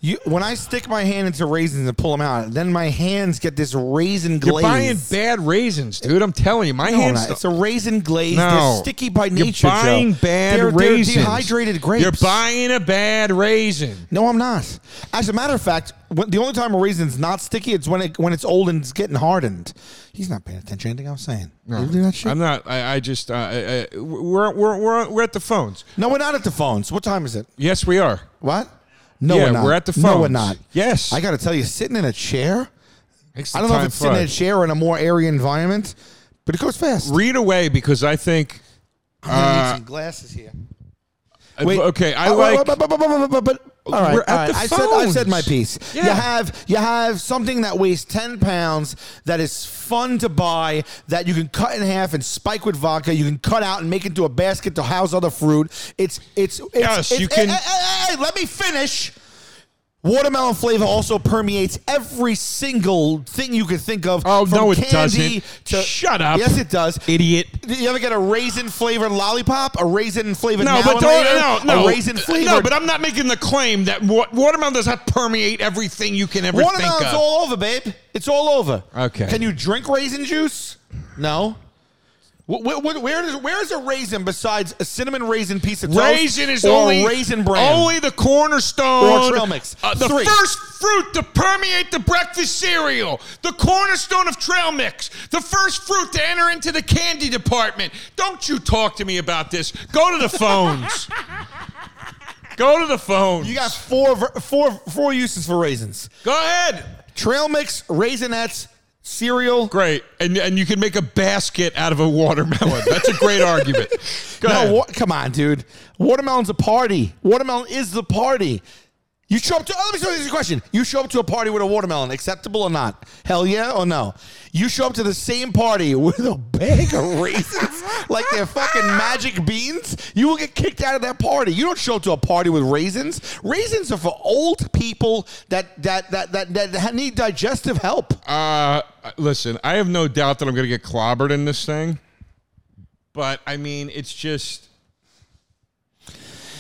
S2: You, when I stick my hand into raisins and pull them out, then my hands get this raisin
S1: You're
S2: glaze.
S1: buying bad raisins, dude. I'm telling you, my
S2: No,
S1: hands.
S2: not. it's a raisin glaze.
S1: No.
S2: They're sticky by
S1: You're
S2: nature. Joe.
S1: buying bad
S2: they're,
S1: raisins.
S2: They're dehydrated grapes.
S1: You're buying a bad raisin.
S2: No, I'm not. As a matter of fact, when, the only time a raisin's not sticky, it's when it when it's old and it's getting hardened. He's not paying attention to anything I'm saying. You do that shit?
S1: I'm not. I, I just. Uh, I, I, we're we're we're we're at the phones.
S2: no, we're not at the phones. What time is it?
S1: Yes, we are.
S2: What? No,
S1: Yeah,
S2: we're not.
S1: we're at the
S2: No, we're
S1: phones.
S2: not.
S1: Yes.
S2: I got to tell you, sitting in a chair.
S1: Makes
S2: I
S1: the
S2: don't know if
S1: time
S2: it's sitting in a
S1: fly.
S2: chair or in a more airy environment, but it goes fast.
S1: Read away because I think.
S8: I'm gonna need some glasses here.
S2: Wait.
S1: okay, I
S2: Oh,
S1: like.
S2: wait, wait, but, but, but, but, but, but- all right,
S1: We're at
S2: all right.
S1: the
S2: I said, I said
S1: phones.
S2: my piece. You
S1: Yeah.
S2: have you have something that weighs ten pounds that is fun to buy that you can cut in half and spike with vodka. You can cut out and make into a basket to house other fruit. It's it's, it's
S1: Yes,
S2: it's-
S1: you can-
S2: Hey, hey, hey, hey, let me finish. Watermelon flavor also permeates every single thing you could think of.
S1: Oh,
S2: from
S1: no, it
S2: candy
S1: doesn't.
S2: to-
S1: Shut up.
S2: Yes, it does.
S1: Idiot.
S2: You ever get a raisin flavored lollipop? A raisin flavored
S1: No,
S2: now
S1: but
S2: and
S1: don't,
S2: later?
S1: no, no, Uh,
S2: a raisin flavored.
S1: No, but I'm not making the claim that wa- watermelon does not permeate everything you can ever think
S2: Watermelon's
S1: of.
S2: all over, babe. It's all over.
S1: Okay.
S2: Can you drink raisin juice? No. Wh- wh- wh- where is where is a raisin besides a cinnamon raisin piece of toast
S1: Raisin is
S2: or
S1: only
S2: raisin bran?
S1: only the cornerstone
S2: Or trail mix.
S1: Uh, the
S2: Three.
S1: first fruit to permeate the breakfast cereal, the cornerstone of trail mix, the first fruit to enter into the candy department. Don't you talk to me about this. Go to the phones. Go to the phones.
S2: You got four ver- four four uses for raisins:
S1: Go ahead.
S2: trail mix, raisinettes, cereal.
S1: Great. And and you can make a basket out of a watermelon. That's a great argument. Go
S2: No,
S1: ahead.
S2: wa- come on, dude. Watermelon's a party. Watermelon is the party. You show up to. Oh, let me ask you a question. You show up to a party with a watermelon, acceptable or not? Hell yeah or no? You show up to the same party with a bag of raisins, like they're fucking magic beans. You will get kicked out of that party. You don't show up to a party with raisins. Raisins are for old people that that that that, that, that need digestive help.
S1: Uh, listen, I have no doubt that I'm going to get clobbered in this thing, but I mean, it's just.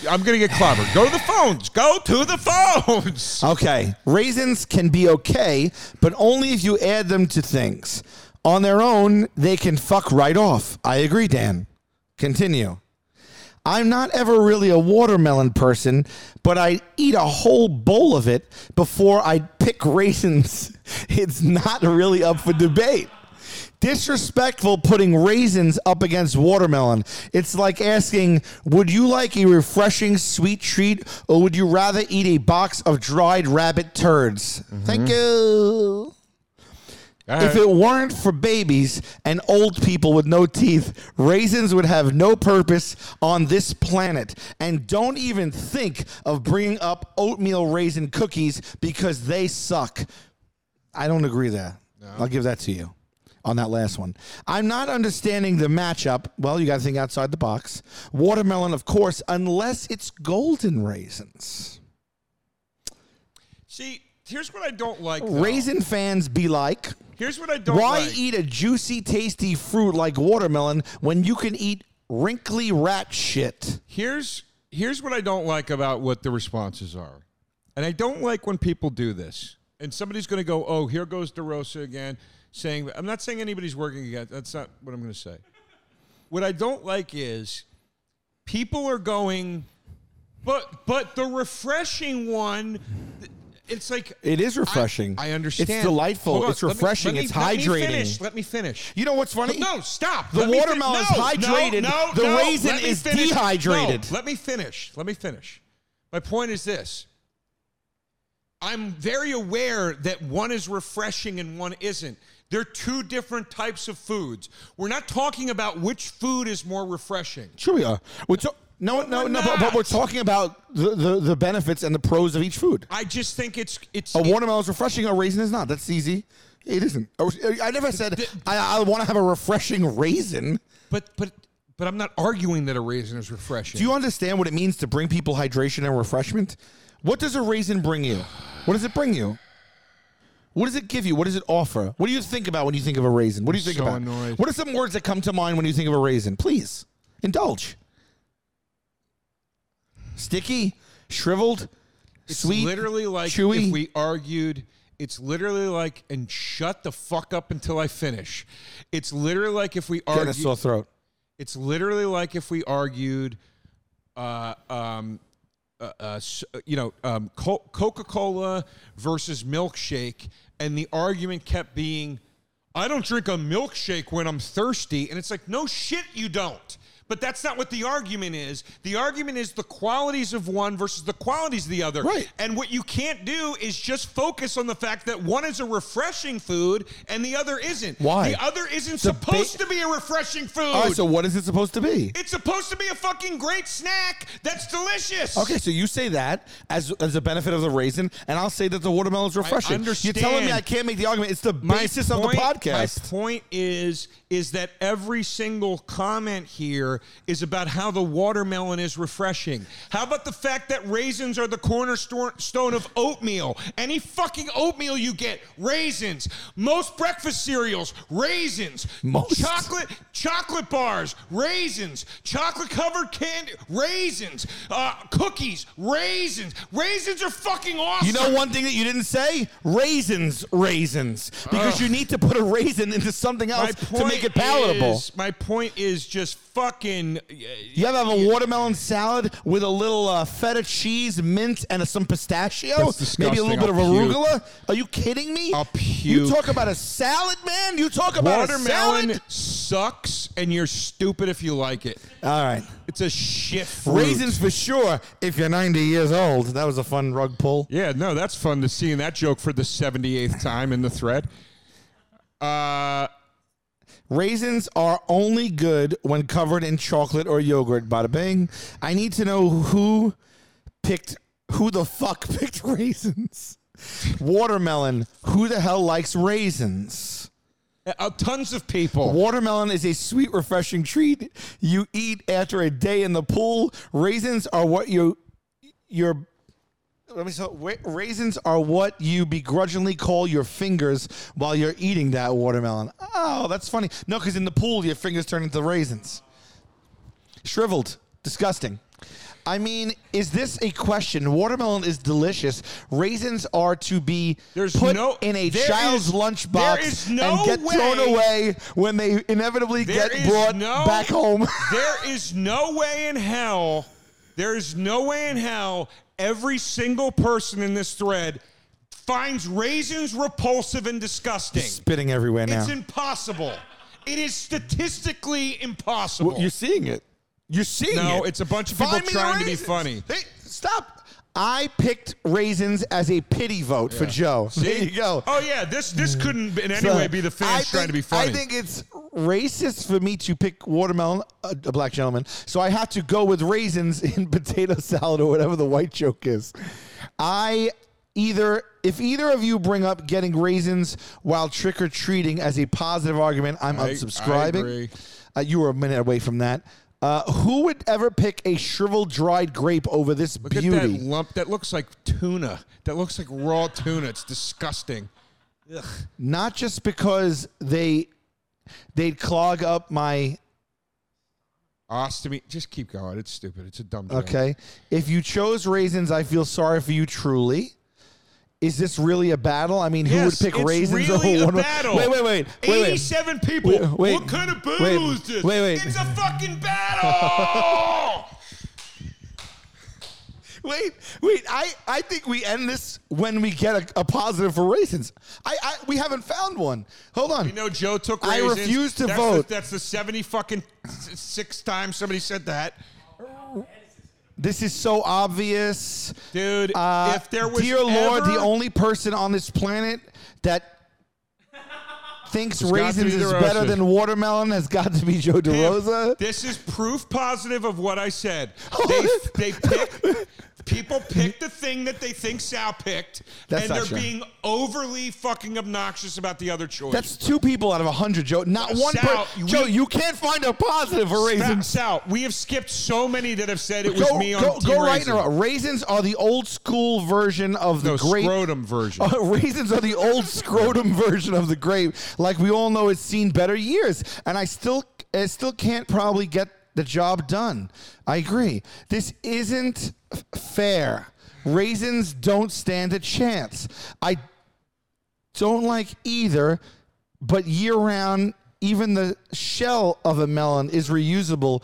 S1: I'm going to get clobbered. Go to the phones. Go to the phones.
S2: Okay. Raisins can be okay, but only if you add them to things. On their own, they can fuck right off. I agree, Dan. Continue. I'm not ever really a watermelon person, but I eat a whole bowl of it before I pick raisins. It's not really up for debate. Disrespectful putting raisins up against watermelon. It's like asking, would you like a refreshing sweet treat or would you rather eat a box of dried rabbit turds? Thank you. If it weren't for babies and old people with no teeth, raisins would have no purpose on this planet. And don't even think of bringing up oatmeal raisin cookies because they suck. I don't agree there. I'll give that to you on that last one. I'm not understanding the matchup. Well, you got to think outside the box. Watermelon, of course, unless it's golden raisins.
S1: See, here's what I don't like. though.
S2: Raisin fans be like.
S1: Here's what I don't
S2: Why
S1: like.
S2: eat a juicy, tasty fruit like watermelon when you can eat wrinkly rat shit?
S1: here's here's what I don't like about what the responses are, and I don't like when people do this. And somebody's going to go, "Oh, here goes DeRosa again," saying, "I'm not saying anybody's working again. That's not what I'm going to say." What I don't like is people are going, but but the refreshing one. th- It's like
S2: It is refreshing.
S1: I, I understand.
S2: It's delightful.
S1: Hold on.
S2: It's
S1: Let me- let
S2: refreshing.
S1: me-
S2: it's
S1: let me
S2: hydrating.
S1: finish. Let me finish.
S2: You know what's funny?
S1: No, stop.
S2: The
S1: Let me fin-
S2: watermelon is
S1: no, no,
S2: hydrated.
S1: No,
S2: The
S1: no,
S2: raisin
S1: let me
S2: is
S1: finish.
S2: dehydrated.
S1: No, let me finish. Let me finish. My point is this. I'm very aware that one is refreshing and one isn't. They're two different types of foods. We're not talking about which food is more refreshing.
S2: Sure we are. We're to- no, no,
S1: We're
S2: no. But, but
S1: not.
S2: we're talking about the, the, the benefits and the pros of each food.
S1: I just think it's it's
S2: A
S1: it-
S2: watermelon is refreshing. A raisin is not. That's easy. It isn't. I was- I never said I, I want to have a refreshing raisin.
S8: But but but I'm not arguing that a raisin is refreshing.
S2: Do you understand what it means to bring people hydration and refreshment? What does a raisin bring you? What does it bring you? What does it give you? What does it offer? What do you think about when you think of a raisin? What do you think
S8: so
S2: about?
S8: annoyed.
S2: What are some words that come to mind when you think of a raisin? Please indulge. Sticky, shriveled, sweet,
S8: literally like
S2: chewy.
S8: if we argued. It's literally like and shut the fuck up until I finish. It's literally like if we
S2: Get a
S8: argue.
S2: sore throat.
S8: It's literally like if we argued, uh, um, uh, uh, s- uh, you know, um, Co- Coca Cola versus milkshake, and the argument kept being, "I don't drink a milkshake when I'm thirsty," and it's like, "No shit, you don't." But that's not what the argument is. The argument is the qualities of one versus the qualities of the other.
S2: Right.
S8: And what you can't do is just focus on the fact that one is a refreshing food and the other isn't.
S2: Why?
S8: The other isn't
S2: The ba-
S8: supposed to be a refreshing food.
S2: All right, so what is it supposed to be?
S8: It's supposed to be a fucking great snack that's delicious.
S2: Okay, so you say that as as a benefit of the raisin, and I'll say that the watermelon is refreshing.
S8: understand.
S2: You're telling me I can't make the argument. It's the basis of the
S8: My
S2: podcast.
S8: point is is that every single comment here is about how the watermelon is refreshing. How about the fact that raisins are the cornerstone of oatmeal? Any fucking oatmeal you get, raisins. Most breakfast cereals, raisins.
S2: Most?
S8: chocolate chocolate bars, raisins. Chocolate covered candy, raisins. Uh, cookies, raisins. Raisins are fucking awesome.
S2: You know one thing that you didn't say? Raisins, raisins. Because you need to put a raisin into something else to make it palatable.
S8: Is, my point is just fucking.
S2: you have, have a watermelon salad with a little uh, feta cheese, mint, and some pistachio.
S8: That's
S2: Maybe a
S8: disgusting.
S2: little bit of
S8: I'll puke.
S2: arugula. Are you kidding me?
S8: I'll
S2: You
S8: puke.
S2: talk about a salad, man. You talk about a
S8: Watermelon
S2: salad.
S8: sucks, and you're stupid if you like it.
S2: All right.
S8: It's a shit fruit.
S2: Raisins for sure. If you're 90 years old, that was a fun rug pull.
S8: Yeah, no, that's fun to see. And that joke for the 78th time in the thread. Uh,
S2: Raisins are only good when covered in chocolate or yogurt. Bada bing. I need to know who picked who the fuck picked raisins. Watermelon. Who the hell likes raisins?
S8: uh, tons of people.
S2: Watermelon is a sweet, refreshing treat you eat after a day in the pool. Raisins are what you your let me so raisins are what you begrudgingly call your fingers while you're eating that watermelon. Oh, that's funny. No, because in the pool your fingers turn into raisins. Shriveled, disgusting. I mean, is this a question? Watermelon is delicious. Raisins are to be
S8: There's
S2: put
S8: no-
S2: in a
S8: there
S2: child's
S8: is-
S2: lunchbox
S8: there is no
S2: and get thrown
S8: way-
S2: away when they inevitably
S8: There
S2: get
S8: is
S2: brought
S8: no-
S2: back home.
S8: there is no way in hell. There is no way in hell every single person in this thread finds raisins repulsive and disgusting.
S2: Spitting everywhere now.
S8: It's impossible. It is statistically impossible.
S2: Well, you're seeing it. You're seeing it.
S8: No, it's a bunch of people
S2: Find me the
S8: trying to be
S2: raisins.
S8: funny.
S2: Hey, stop. I picked raisins as a pity vote for Joe. There
S8: See?
S2: you go.
S8: Oh yeah, this this couldn't in any
S2: Mm. So,
S8: way be the fans
S2: I think-
S8: trying to be funny.
S2: I think it's racist for me to pick watermelon, a, a black gentleman. So I have to go with raisins in potato salad or whatever the white joke is. I either if either of you bring up getting raisins while trick or treating as a positive argument, I'm
S8: I- I
S2: unsubscribing.
S8: agree.
S2: Uh, you were a minute away from that. Uh, who would ever pick a shriveled dried grape over this
S8: Look
S2: beauty?
S8: at that lump. That looks like tuna. That looks like raw tuna. It's disgusting.
S2: not just because they they'd clog up my
S8: Ostomy. Just keep going. It's stupid. It's a dumb. joke.
S2: okay if you chose raisins i feel sorry for you truly is this really a battle i mean who
S8: Yes,
S2: would pick
S8: it's
S2: raisins
S8: really
S2: over
S8: a
S2: one
S8: battle.
S2: wait wait wait wait wait
S8: Eighty-seven people.
S2: Wait, wait.
S8: what kind of battle
S2: Wait,
S8: is this?
S2: wait, wait.
S8: It's a fucking battle.
S2: wait wait i i think we end this when we get a, a positive for raisins I, I we haven't found one hold on
S8: You know, Joe took
S2: I
S8: raisins.
S2: refuse to
S8: that's
S2: vote.
S8: The, that's the seventy fucking s- sixth time somebody said that,
S2: this is so obvious
S8: dude.
S2: Uh,
S8: if there was
S2: dear Lord, the
S8: ever-
S2: only person on this planet that thinks
S8: got to
S2: raisins
S8: be
S2: is
S8: DeRosa.
S2: better than watermelon has got to be Joe
S8: Tim,
S2: DeRosa. Oh,
S8: This is proof positive of what I said. They, they pick People pick the thing that they think Sal picked,
S2: That's
S8: and
S2: not
S8: they're
S2: true.
S8: being overly fucking obnoxious about the other choice.
S2: That's two people out of a hundred, Joe. Not one
S8: Sal,
S2: person.
S8: we-
S2: Joe, you can't find a positive for
S8: Sal,
S2: raisins.
S8: Sal, we have skipped so many that have said it was
S2: go
S8: me on
S2: go,
S8: T
S2: go right in
S8: Raisin.
S2: a row. Raisins are the old school version of the
S8: No,
S2: grape.
S8: scrotum version.
S2: Uh, raisins are the old scrotum version of the grape. Like we all know, it's seen better years, and I still, I still can't probably get the job done. I agree. This isn't f- fair. Raisins don't stand a chance. I don't like either, but year round, even the shell of a melon is reusable.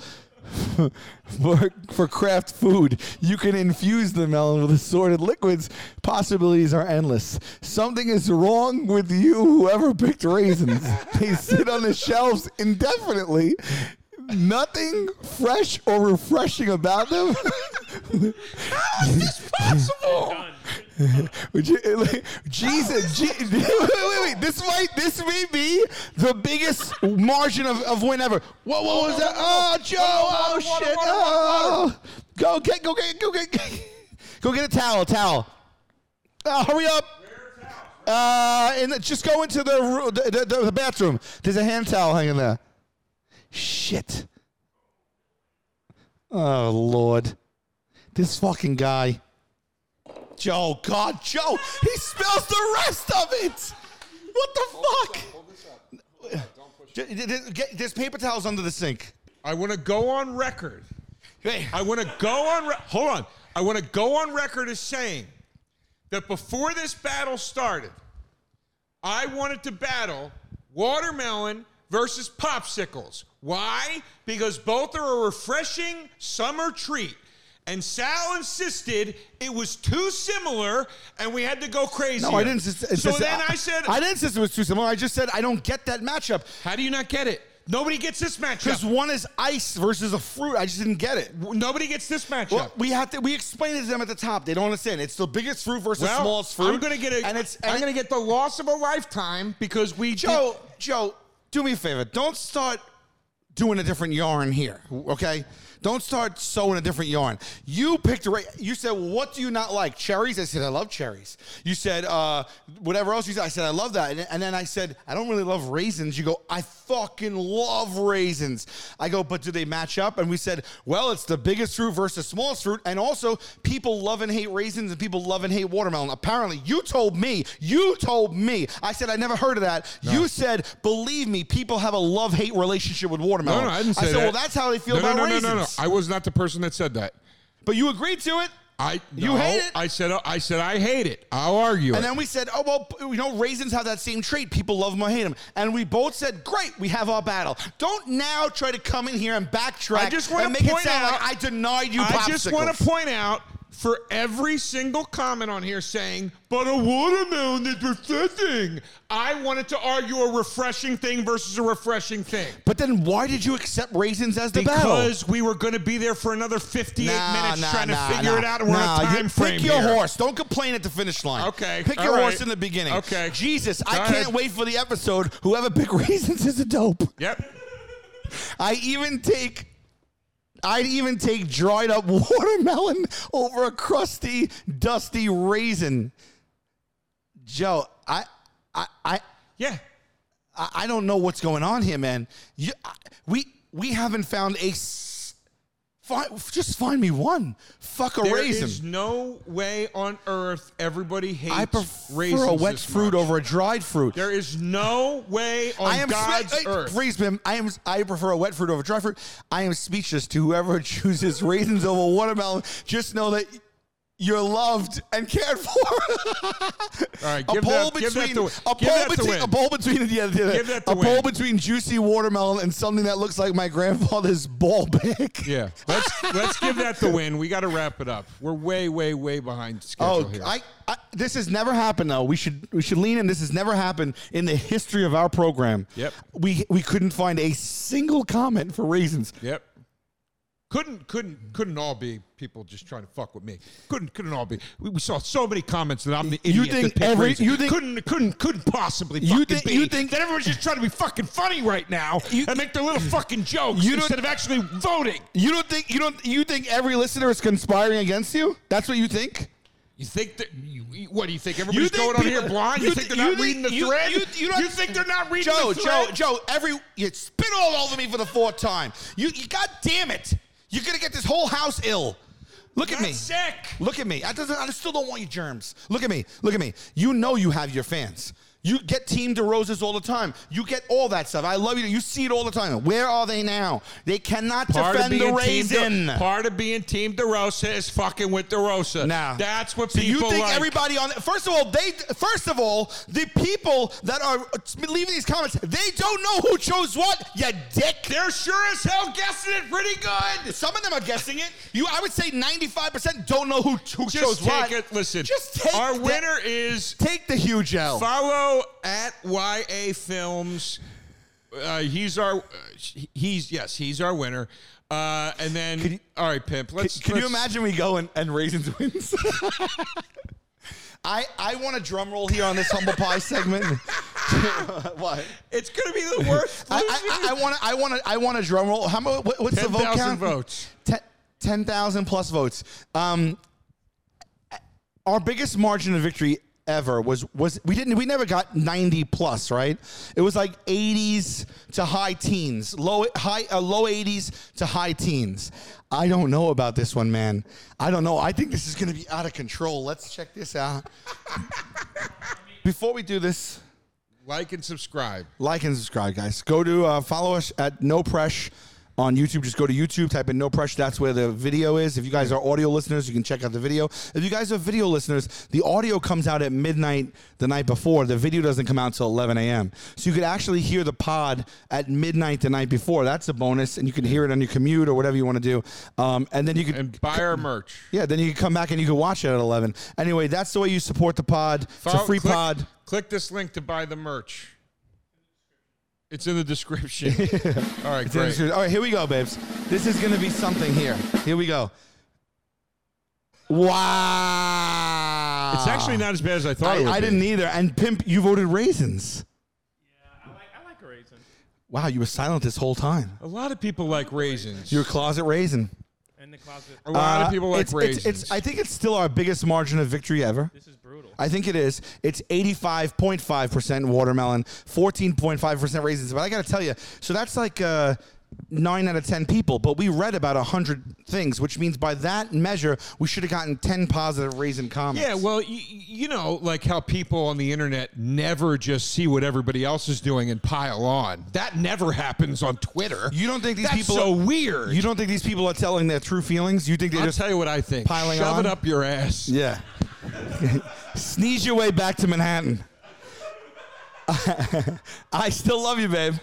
S2: for, for craft food, you can infuse the melon with assorted liquids. Possibilities are endless. Something is wrong with you, whoever picked raisins. they sit on the shelves indefinitely. Nothing fresh or refreshing about them.
S5: Done.
S2: Would you- eh, like, Jesus, Je- wait, wait, wait. This might, this may be the biggest margin of, of win ever. Whoa, what was that? Oh, Joe! Oh shit! Oh, go get, go get, go get, go get a towel, towel. Uh, hurry up! Uh, and just go into the, ru- the, the the bathroom. There's a hand towel hanging there. Shit! Oh Lord, this fucking guy. Joe, God, Joe, he spills the rest of it. What the fuck? J- j- j- get- There's paper towels under the sink.
S8: I want to go on record.
S2: Hey,
S8: I want to go on. Re- Hold on. I want to go on record as saying that before this battle started, I wanted to battle watermelon versus popsicles. Why? Because both are a refreshing summer treat. And Sal insisted it was too similar, and we had to go crazy.
S2: No, I didn't. Just, it's
S8: so
S2: just-
S8: then I, said,
S2: I didn't say it was too similar. I just said I don't get that matchup
S8: "How do you not get it? Nobody gets this
S2: because
S8: matchup.
S2: one is ice versus a fruit. I just didn't get it.
S8: Nobody gets this matchup."
S2: Well, we have to. We explained it to them at the top. They don't understand. It's the biggest fruit versus
S8: Well,
S2: smallest fruit.
S8: I'm gonna get a,
S2: And it's.
S8: I'm gonna get the loss of a lifetime because we
S2: Joe, Joe, do me a favor. Don't start doing a different yarn here, okay? Don't start sewing a different yarn. You picked a. Ra- you said, "What do you not like? Cherries?" I said, "I love cherries." You said, uh, "Whatever else you said." I said, "I love that." And, and then I said, "I don't really love raisins." You go, "I fucking love raisins." I go, "But do they match up?" And we said, "Well, it's the biggest fruit versus smallest fruit, and also people love and hate raisins, and people love and hate watermelon." Apparently, you told me. You told me. I said, "I never heard of that." You said, "Believe me, people have a love-hate relationship with watermelon."
S8: No, no, I didn't say
S2: said,
S8: that.
S2: well, that's how they feel
S8: no,
S2: about
S8: no, no,
S2: raisins.
S8: No, no, no, I was not the person that said that.
S2: But you agreed to it.
S8: I
S2: You
S8: no,
S2: hate it?
S8: I said I said I hate it. I'll argue.
S2: And
S8: it.
S2: then we said, oh, well, p- you know, raisins have that same trait. People love them or hate them. And we both said, great, we have our battle. Don't now try to come in here and backtrack
S8: I just wanna
S2: and make it
S8: point
S2: sound
S8: out-
S2: like I denied you
S8: I just want
S2: popsicles.
S8: to point out for every single comment on here saying, but a watermelon is refreshing. I wanted to argue a refreshing thing versus a refreshing thing.
S2: But then why did you accept raisins as the battle?
S8: Because we were going to be there for another 58 minutes trying to figure it out, and we're on a
S2: you-
S8: time frame.
S2: Pick your
S8: here.
S2: horse. Don't complain at the finish line.
S8: Okay,
S2: Pick
S8: all
S2: your horse
S8: right.
S2: in the beginning.
S8: Okay.
S2: Jesus, I
S8: All
S2: can't
S8: right.
S2: wait for the episode. Whoever picked raisins is a dope.
S8: Yep.
S2: I even take I'd even take dried up watermelon over a crusty, dusty raisin. Joe, I I I
S8: Yeah.
S2: I I don't know what's going on here, man. You, I, we we haven't found a s- fi- just find me one. Fuck a
S8: There is
S2: raisin.
S8: no way on earth everybody hates
S2: I prefer
S8: raisins
S2: a wet
S8: this
S2: fruit
S8: much.
S2: over a dried fruit.
S8: There is no way on
S2: I am
S8: God's
S2: spe-
S8: earth.
S2: Hey, Raise him. I am. I prefer a wet fruit over dry fruit. I am speechless to whoever chooses raisins over watermelon. Just know that you're loved and cared for. All
S8: right,
S2: a
S8: give
S2: poll
S8: that- give that
S2: between
S8: to-
S2: a
S8: give
S2: poll
S8: that to
S2: between
S8: Win.
S2: a poll between the other
S8: Give that to
S2: a poll
S8: Win.
S2: between juicy watermelon and something that looks like my grandfather's ball bag.
S8: Yeah, let's let's give that the win. We got to wrap it up. We're way, way, way behind schedule
S2: Oh,
S8: here.
S2: I, I this has never happened though. We should we should lean in. This has never happened in the history of our program.
S8: Yep.
S2: We we couldn't find a single comment for raisins.
S8: yep.
S1: Couldn't couldn't couldn't all be people just trying to fuck with me. Couldn't couldn't all be. We, we saw so many comments that I'm the idiot.
S2: You think
S1: that picked
S2: every-
S1: Raisin.
S2: you think-
S1: couldn't couldn't couldn't possibly
S2: You
S1: fucking
S2: think-
S1: be.
S2: you think-
S1: that everyone's just trying to be fucking funny right now and make their little fucking jokes
S2: You don't-
S1: instead of actually voting.
S2: You don't think you don't you think every listener is conspiring against you? That's what you think?
S1: You think that? You, you- what do you think? Everybody's
S2: think
S1: going on
S2: people-
S1: here blind. You,
S2: you
S1: think
S2: thi-
S1: they're not
S2: you
S1: reading the
S2: think- you-
S1: thread? You,
S2: you- you don't-
S1: think they're not reading
S2: Joe,
S1: the thread?
S2: Joe, Joe, every you spit all over me for the fourth time. You, you god damn it! You're gonna get this whole house ill. Look at
S1: Not
S2: me.
S1: sick.
S2: Look at me. I, doesn't, I still don't want your germs. Look at me. Look at me. You know you have your fans. You get Team DeRosa's all the time. You get all that stuff. I love you. You see it all the time. Where are they now? They cannot defend the
S1: Team
S2: raisin.
S1: De, part of being Team DeRosa is fucking with DeRosa.
S2: Nah.
S1: that's what
S2: So
S1: people
S2: you think
S1: like.
S2: everybody on first of all they first of all the people that are leaving these comments they don't know who chose what you dick
S1: They're sure as hell guessing it pretty good.
S2: some of them are guessing it you I would say 95% don't know who, who chose
S1: Just take
S2: what
S1: it. Listen,
S2: just take
S1: our
S2: the-
S1: winner is
S2: take the huge L
S1: follow at YA Films. Uh, he's our uh, he's yes he's our winner. Uh, and then
S2: Could you-
S1: all right, pimp. Let's
S2: Can you
S1: let's-
S2: imagine we go and, and Raisins wins? I, I want a drum roll here on this humble pie segment. what?
S1: It's gonna be the worst.
S2: I, I, I, I want to I want to I want a drum roll. How much? What, what's the vote
S1: 10,000
S2: count?
S1: votes.
S2: Ten- 10,000 plus votes. Um, our biggest margin of victory ever was was we didn't we never got 90 plus, right? It was like 80s to high teens, low high uh, low 80s to high teens. I don't know about this one, man. I don't know. I think this is going to be out of control. Let's check this out. Before we do this,
S1: like and subscribe.
S2: like and subscribe, guys. Go to uh, follow us at No Presh on YouTube. Just go to YouTube, type in No Presh. That's where the video is. If you guys are audio listeners, you can check out the video. If you guys are video listeners, the audio comes out at midnight the night before. The video doesn't come out till 11 a.m. So you could actually hear the pod at midnight the night before. That's a bonus, and you can hear it on your commute or whatever you want to do. Um, and then you could.
S1: and buy our merch.
S2: yeah, then you can come back and you can watch it at 11. Anyway, that's the way you support the pod. it's
S1: Follow-
S2: a free
S1: click,
S2: pod.
S1: Click this link to buy the merch. It's in the description. All right, great.
S2: It's interesting. All right, here we go, babes. This is going to be something here. Here we go. Wow.
S1: It's actually not as bad as I thought it
S2: Ah. I,
S1: would
S2: I
S1: be.
S2: didn't either. And Pimp, you voted raisins.
S5: I like, I like a raisin.
S2: Wow, you were silent this whole time.
S1: A lot of people like raisins.
S2: You're a closet raisin.
S5: In the closet.
S8: Oh.
S1: a lot
S2: Uh,
S1: of people like
S2: it's- it's-
S1: raisins.
S2: it's- I think it's still our biggest margin of victory ever.
S5: This is brutal.
S2: I think it is. It's 85.5% watermelon, 14.5% raisins. But I got to tell you, so that's like uh, 9 out of 10 people. But we read about 100 things, which means by that measure, we should have gotten 10 positive raisin comments.
S1: yeah, well, you, you know, like how people on the internet never just see what everybody else is doing and pile on. That never happens on Twitter.
S2: You don't think these
S1: That's
S2: people
S1: so weird.
S2: You don't think these people are telling their true feelings? You think they
S1: I'll
S2: just
S1: tell you what I think.
S2: piling
S1: Shove it
S2: on?
S1: up your ass.
S2: Yeah. Sneeze your way back to Manhattan. I still love you, babe.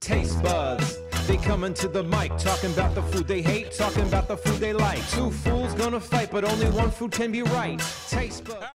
S3: Taste buds. They coming to the mic, talking about the food they hate, talking about the food they like. Two fools gonna fight, but only one food can be right. Taste buds.